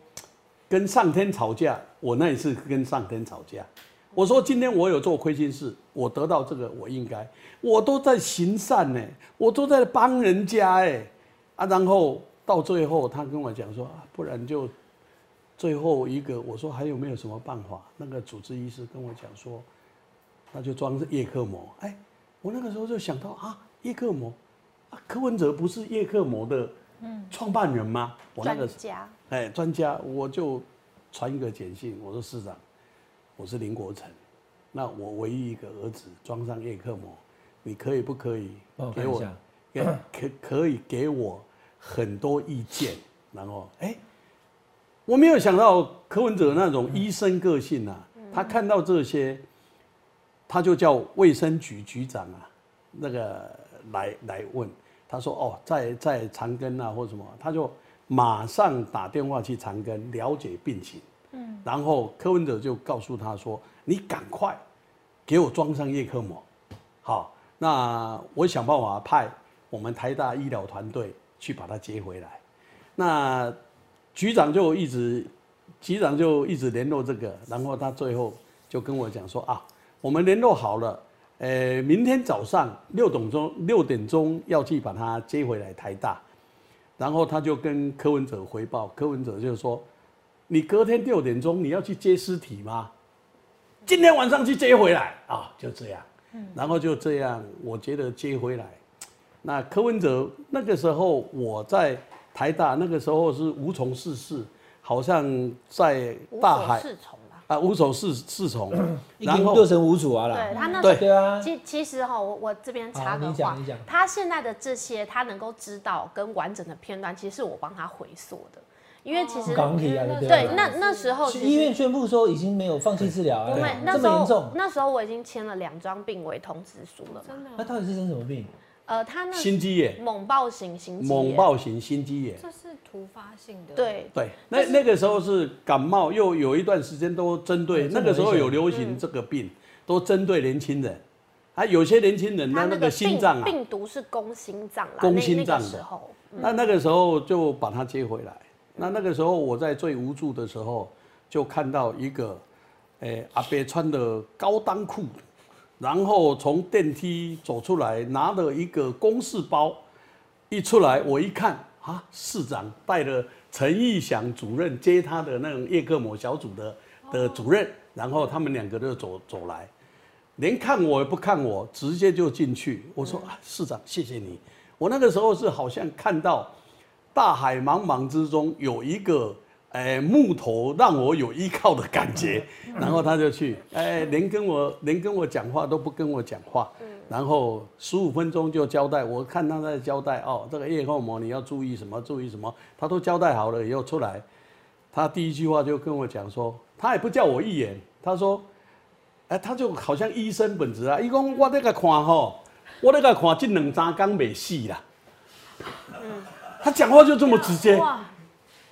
跟上天吵架，我那一次跟上天吵架，我说今天我有做亏心事，我得到这个我应该，我都在行善呢，我都在帮人家哎，啊，然后到最后他跟我讲说，啊、不然就最后一个，我说还有没有什么办法？那个主治医师跟我讲说，那就装叶克膜，哎，我那个时候就想到啊，叶克膜，啊，柯文哲不是叶克膜的创办人吗？我那个专家，哎，专家，我就传一个简讯，我说市长，我是林国成，那我唯一一个儿子装上叶克膜，你可以不可以哦帮我看给一我下给可可以给我很多意见？然后哎、我没有想到柯文哲那种医生个性啊，他看到这些，他就叫卫生局局长啊，那个来来问，他说哦，在在长庚啊或什么，他就马上打电话去长庚了解病情，嗯，然后柯文哲就告诉他说，你赶快给我装上叶克膜，好，那我想办法派我们台大医疗团队去把他接回来，那局长就一直，局长就一直联络这个，然后他最后就跟我讲说啊，我们联络好了，呃，明天早上六点钟六点钟要去把他接回来台大，然后他就跟柯文哲回报，柯文哲就说，你隔天六点钟你要去接尸体吗？今天晚上去接回来啊，就这样，嗯然后就这样，我觉得接回来。那柯文哲那个时候我在台大，那个时候是无从事事，好像在无大所海适从啦。啊无所事事 从，一然经后六神无主啊啦，对他那时对对啊，其其实哈、我我这边好插个你话讲你讲，他现在的这些他能够知道跟完整的片段，其实是我帮他回溯的，因哦为哎其实、港铁啊，不对那那时候是其医实院宣布说已经没有放弃治疗我啊，哦们那这时么严候重，那时候我已经签了两张病危通知书了嘛，那到底是生什么病？呃，他那心肌炎，猛暴型心肌猛炎，暴型心肌炎。这是突发性的，，对对，那那个时候是感冒，又有一段时间都针对嗯那个时候有流这么危行险这个病，都针对年轻人，啊，有些年轻人他他那那个个心病脏啊，病毒是攻心脏啦，攻那心脏那的个时候，那那个时候就把他接回来。那那个时候我在最无助的时候，就看到一个，诶、阿伯穿的高裆裤，然后从电梯走出来，拿了一个公事包，一出来我一看啊，市长带了陈义祥主任接他的那种叶克膜小组的的主任，然后他们两个就走走来，连看我也不看我，直接就进去。我说、啊，市长，谢谢你。我那个时候是好像看到大海茫茫之中有一个诶、呃木头让我有依靠的感觉，然后他就去，哎、连跟我连跟我讲话都不跟我讲话，然后十五分钟就交代，我看他在交代哦，这个叶后膜你要注意什么，注意什么，他都交代好了以后出来，他第一句话就跟我讲说，他也不叫我一言，他说。哎，他就好像医生本质啊，伊讲我这个看吼，我那个看这两三天没戏啦。他讲话就这么直接，哇，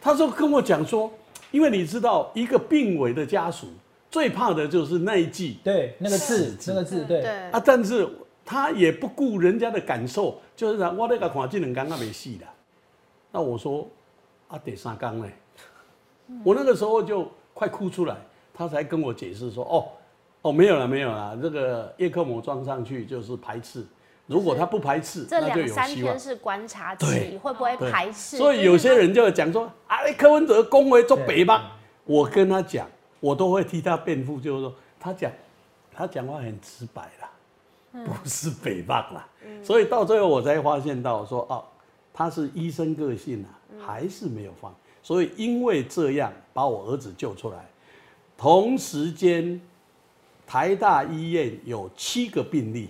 他就跟我讲说，因为你知道，一个病危的家属最怕的就是那一季对，那个字，那个字，对，对啊，但是他也不顾人家的感受，就是讲我那个看这两天那没戏啦。那我说啊，得三天呢，我那个时候就快哭出来，他才跟我解释说，哦，哦，没有了，没有了，这个叶克膜装上去就是排斥，如果他不排斥，这那就两有三希望天。是观察对期，会不会对排斥？所以有些人就会讲说，啊，柯文哲恭维做北对吧，我跟他讲，我都会替他辩护，就是说他讲，他讲话很直白啦，不是北棒啦。所以到最后我才发现到说，哦，他是医生个性啊，还是没有放。所以因为这样把我儿子救出来，同时间台大医院有七个病例，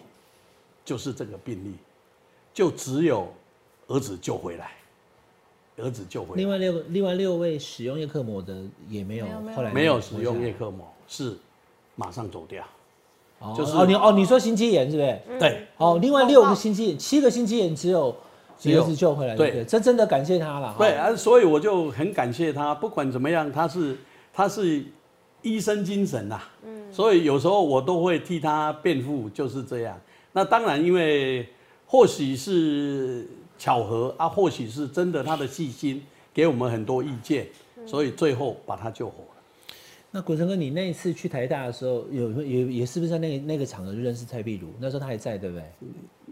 就是这个病例，就只有儿子救回来，儿子救回另来，外六另外六位使用叶克膜的也没有没有没，有后来没有使用叶叶，克膜，是马上走掉。哦就是哦你哦你说心肌炎是不是？嗯对，哦，另外六个心肌炎，七个心肌炎只有只有儿子救回来，对对不对？这真的感谢他了，对哦，啊，所以我就很感谢他，不管怎么样，他是他是医生精神呐、嗯，所以有时候我都会替他辩护，就是这样。那当然，因为或许是巧合啊，或许是真的他的细心给我们很多意见，所以最后把他救活了。那国成哥，你那一次去台大的时候，有也也是不是在那个那个场合就认识蔡壁如？那时候他还在，对不对？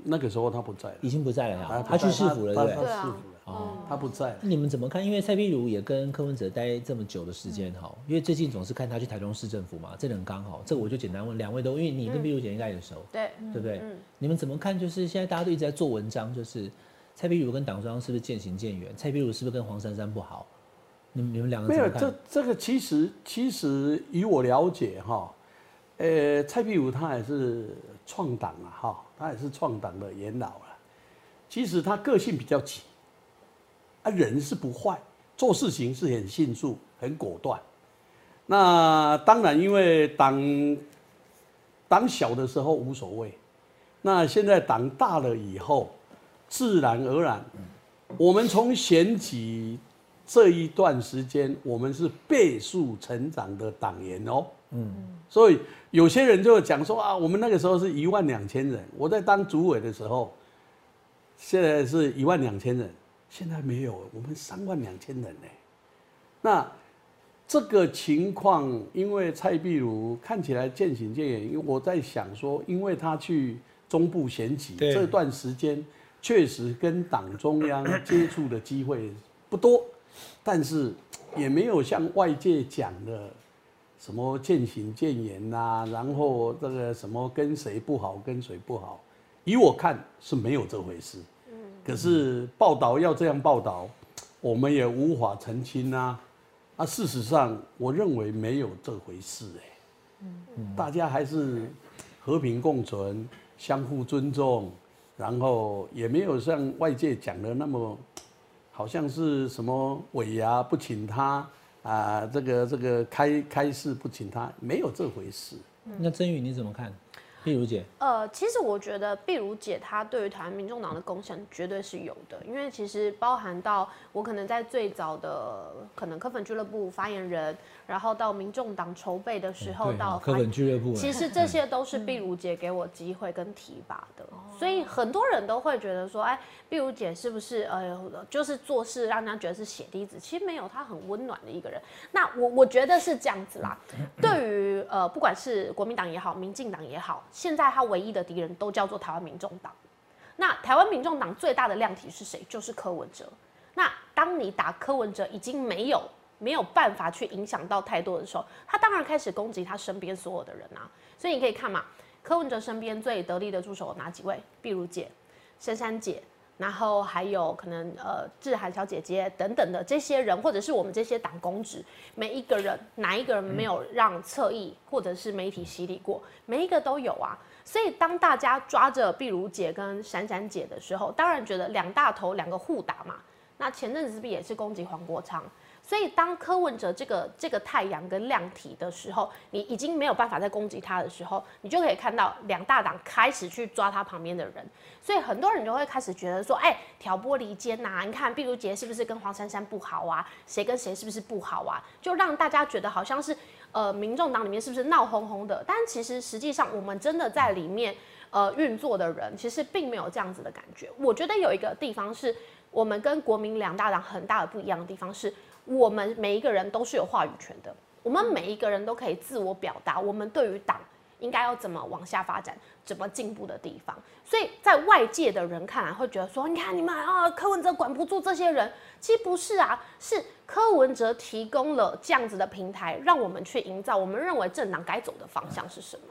那个时候他不在了，已经不在了哈，不他去在市府了，嗯他对不他对？他对啊市府了，哦，他不在了。那你们怎么看？因为蔡壁如也跟柯文哲待这么久的时间嗯哈，因为最近总是看他去台中市政府嘛，这人刚好，这我就简单问两位都，因为你跟嗯壁如姐应该也熟，对，对不对？你们怎么看？就是现在大家都一直在做文章，就是蔡壁如跟党中央是不是渐行渐远？蔡壁如是不是跟黄珊珊不好？你们你们两个没怎有，么这看？这个其实其实以我了解哈，呃，蔡壁如他也是创党啊哈，他也是创党的元老了。其实他个性比较急，啊，人是不坏，做事情是很迅速、很果断。那当然，因为党党小的时候无所谓，那现在党大了以后，自然而然，我们从选举这一段时间，我们是倍数成长的党员哦。嗯，所以有些人就讲说啊，我们那个时候是一万两千人，我在当主委的时候，现在是一万两千人，现在没有，我们三万两千人呢。那这个情况，因为蔡壁如看起来渐行渐远，因为我在想说，因为他去中部选举对这段时间，确实跟党中央接触的机会不多，但是也没有像外界讲的什么渐行渐远呐、然后这个什么跟谁不好跟谁不好，以我看是没有这回事。可是报道要这样报道，我们也无法澄清啊。啊，事实上，我认为没有这回事哎、大家还是和平共存，相互尊重，然后也没有像外界讲的那么，好像是什么尾牙不请他啊，这个这个开开市不请他，没有这回事。那真宇你怎么看？壁如姐，呃，其实我觉得碧如姐她对于台湾民众党的贡献绝对是有的，因为其实包含到我可能在最早的可能科粉俱乐部发言人，然后到民众党筹备的时候，对到哦柯发粉俱乐啊部，其实这些都是碧如姐给我机会跟提拔的，所以很多人都会觉得说，哎，碧如姐是不是呃，就是做事让人家觉得是血滴子？其实没有，她很温暖的一个人。那我我觉得是这样子啦。对于呃，不管是国民党也好，民进党也好，现在她唯一的敌人都叫做台湾民众党。那台湾民众党最大的亮体是谁？就是柯文哲。那当你打柯文哲已经没有没有办法去影响到太多的时候，他当然开始攻击他身边所有的人啊。所以你可以看嘛，柯文哲身边最得力的助手有哪几位？碧如姐、珊珊姐，然后还有可能呃志涵小姐姐等等的这些人，或者是我们这些党公职，每一个人哪一个人没有让侧翼或者是媒体洗礼过？每一个都有啊。所以当大家抓着碧如姐跟珊珊姐的时候，当然觉得两大头两个互打嘛，那前阵子是不是也是攻击黄国昌？所以当柯文哲这个这个太阳跟量体的时候，你已经没有办法再攻击他的时候，你就可以看到两大党开始去抓他旁边的人，所以很多人就会开始觉得说，哎、挑拨离间呐、你看毕如杰是不是跟黄珊珊不好啊？谁跟谁是不是不好啊？就让大家觉得好像是呃，民众党里面是不是闹哄哄的？但其实实际上我们真的在里面。呃运作的人，其实并没有这样子的感觉。我觉得有一个地方是我们跟国民两大党很大的不一样的地方是，我们每一个人都是有话语权的，我们每一个人都可以自我表达，我们对于党应该要怎么往下发展、怎么进步的地方。所以在外界的人看来，会觉得说，你看你们啊，柯文哲管不住这些人，其实不是啊，是柯文哲提供了这样子的平台，让我们去营造我们认为政党该走的方向是什么。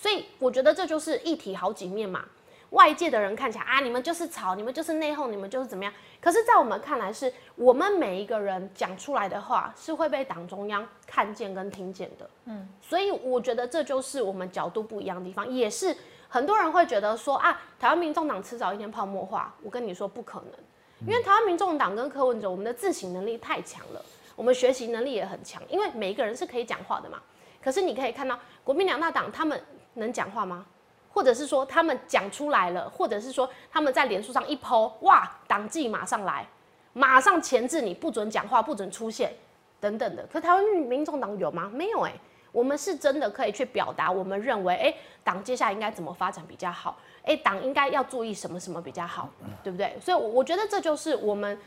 所以我觉得这就是一体好几面嘛。外界的人看起来啊，你们就是吵，你们就是内讧，你们就是怎么样。可是，在我们看来是，我们每一个人讲出来的话是会被党中央看见跟听见的。嗯，所以我觉得这就是我们角度不一样的地方，也是很多人会觉得说啊，台湾民众党迟早一天泡沫化。我跟你说不可能，因为台湾民众党跟柯文哲，我们的自省能力太强了，我们学习能力也很强，因为每一个人是可以讲话的嘛。可是你可以看到国民两大党他们能讲话吗？或者是说他们讲出来了，或者是说他们在脸书上一抛，哇，党纪马上来，马上钳制你，不准讲话，不准出现，等等的。可台湾民众党有吗？没有哎、我们是真的可以去表达，我们认为，哎、党接下来应该怎么发展比较好？哎、党应该要注意什么什么比较好，对不对？所以我我觉得这就是我们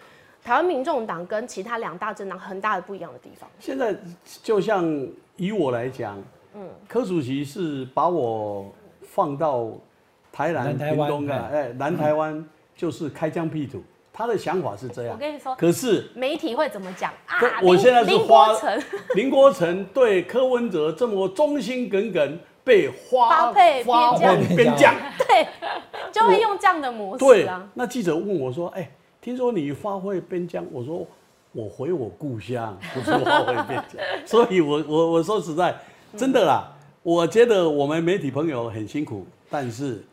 台湾民众党跟其他两大政党很大的不一样的地方。现在就像以我来讲，嗯，柯主席是把我放到台南、南台屏湾嗯东啊，哎，南台湾就是开疆辟土，他的想法是这我样。跟你说，可是媒体会怎么讲啊可？我林现在是林花国成林国成对柯文哲这么忠心耿耿，被发花配花边疆配边疆，对，就会用这样的模式对啊。，那记者问我说：“哎、听说你发挥边疆？”我说：“我回我故乡， 不是发挥边疆。”所以我，我我说实在，真的啦，我觉得我们媒体朋友很辛苦，但是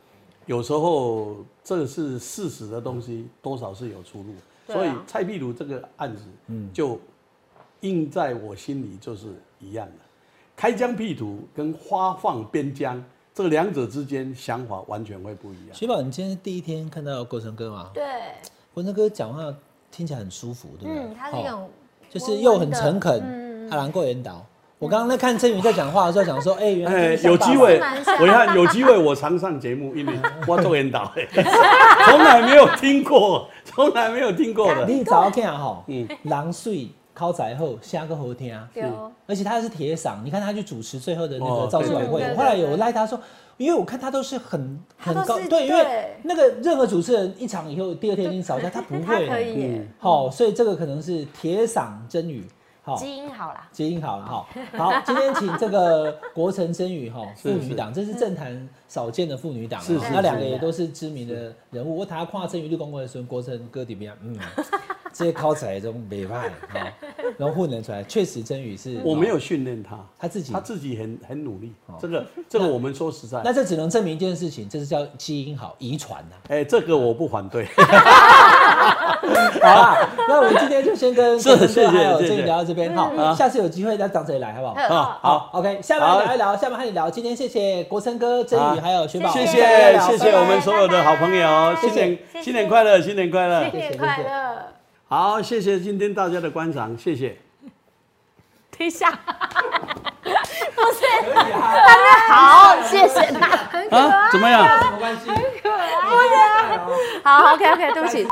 有时候这是事实的东西，多少是有出入。对啊所以蔡壁如这个案子，就印在我心里就是一样的。开疆辟土跟花放边疆，这两者之间想法完全会不一样。雪宝，你今天是第一天看到国成哥吗？对，国成哥讲话听起来很舒服，对不对？嗯，他是一哦种就是又很诚嗯恳，阿兰过引导。我刚刚在看郑宇在讲话嗯的时候，想说，哎，原来哎是，有像爸爸机会蛮像，伟汉有机会我常上节目，因 为我做研导，哎 从来没有听过，从来没有听过的。你早看吼，嗯狼睡靠宅后，下个好听。丢，而且他是铁嗓，你看他去主持最后的那个哦造势晚会，对对对我后来有赖他说，因为我看他都是很他很都是高，对因为那个任何主持人一场以后，第二天已经少下，他不他 可会，以耶，好、所以这个可能是铁嗓真语，好、基因好啦，接应好了 哈。好，今天请这个国城真宇哈，妇 是女党，这是嗯政坛少见的妇女党啊，是是那两个是也都是知名的人物。我他跨正宇律公公的时候，国城哥怎么样？ 嗯，这些靠彩中没办法哈，然后混得出来，确实真宇是，我没有训练他，他自己他自己很很努力。这个这个我们说实在，哦那这只能证明一件事情，这是叫基因好，遗传啊 呐。哎，这个我不反 对。好啦，那我们今天就先跟是国成谢哥谢还有谢嗯郑谢宇聊到这边哈，下次有机会让长者来好不好？还有好好好， ，OK，下班好聊一聊，下班和你聊。今天谢谢国成哥、真宇好还有雪宝，谢谢谢谢聊谢拜谢拜我们所有的好朋友，谢新谢年谢谢新年快乐，新年快乐新。年谢谢快乐，好，谢谢今天大家的观赏，谢谢。等 一下，好，谢谢大家。啊，怎么样？没关系。好，OK OK，对不起，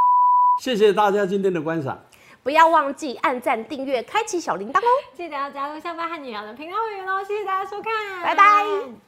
谢谢大家今天的观赏。不要忘记按赞、订阅、开启小铃铛哦。记得要加入下班和女聊的频道会员哦，谢谢大家收看，拜拜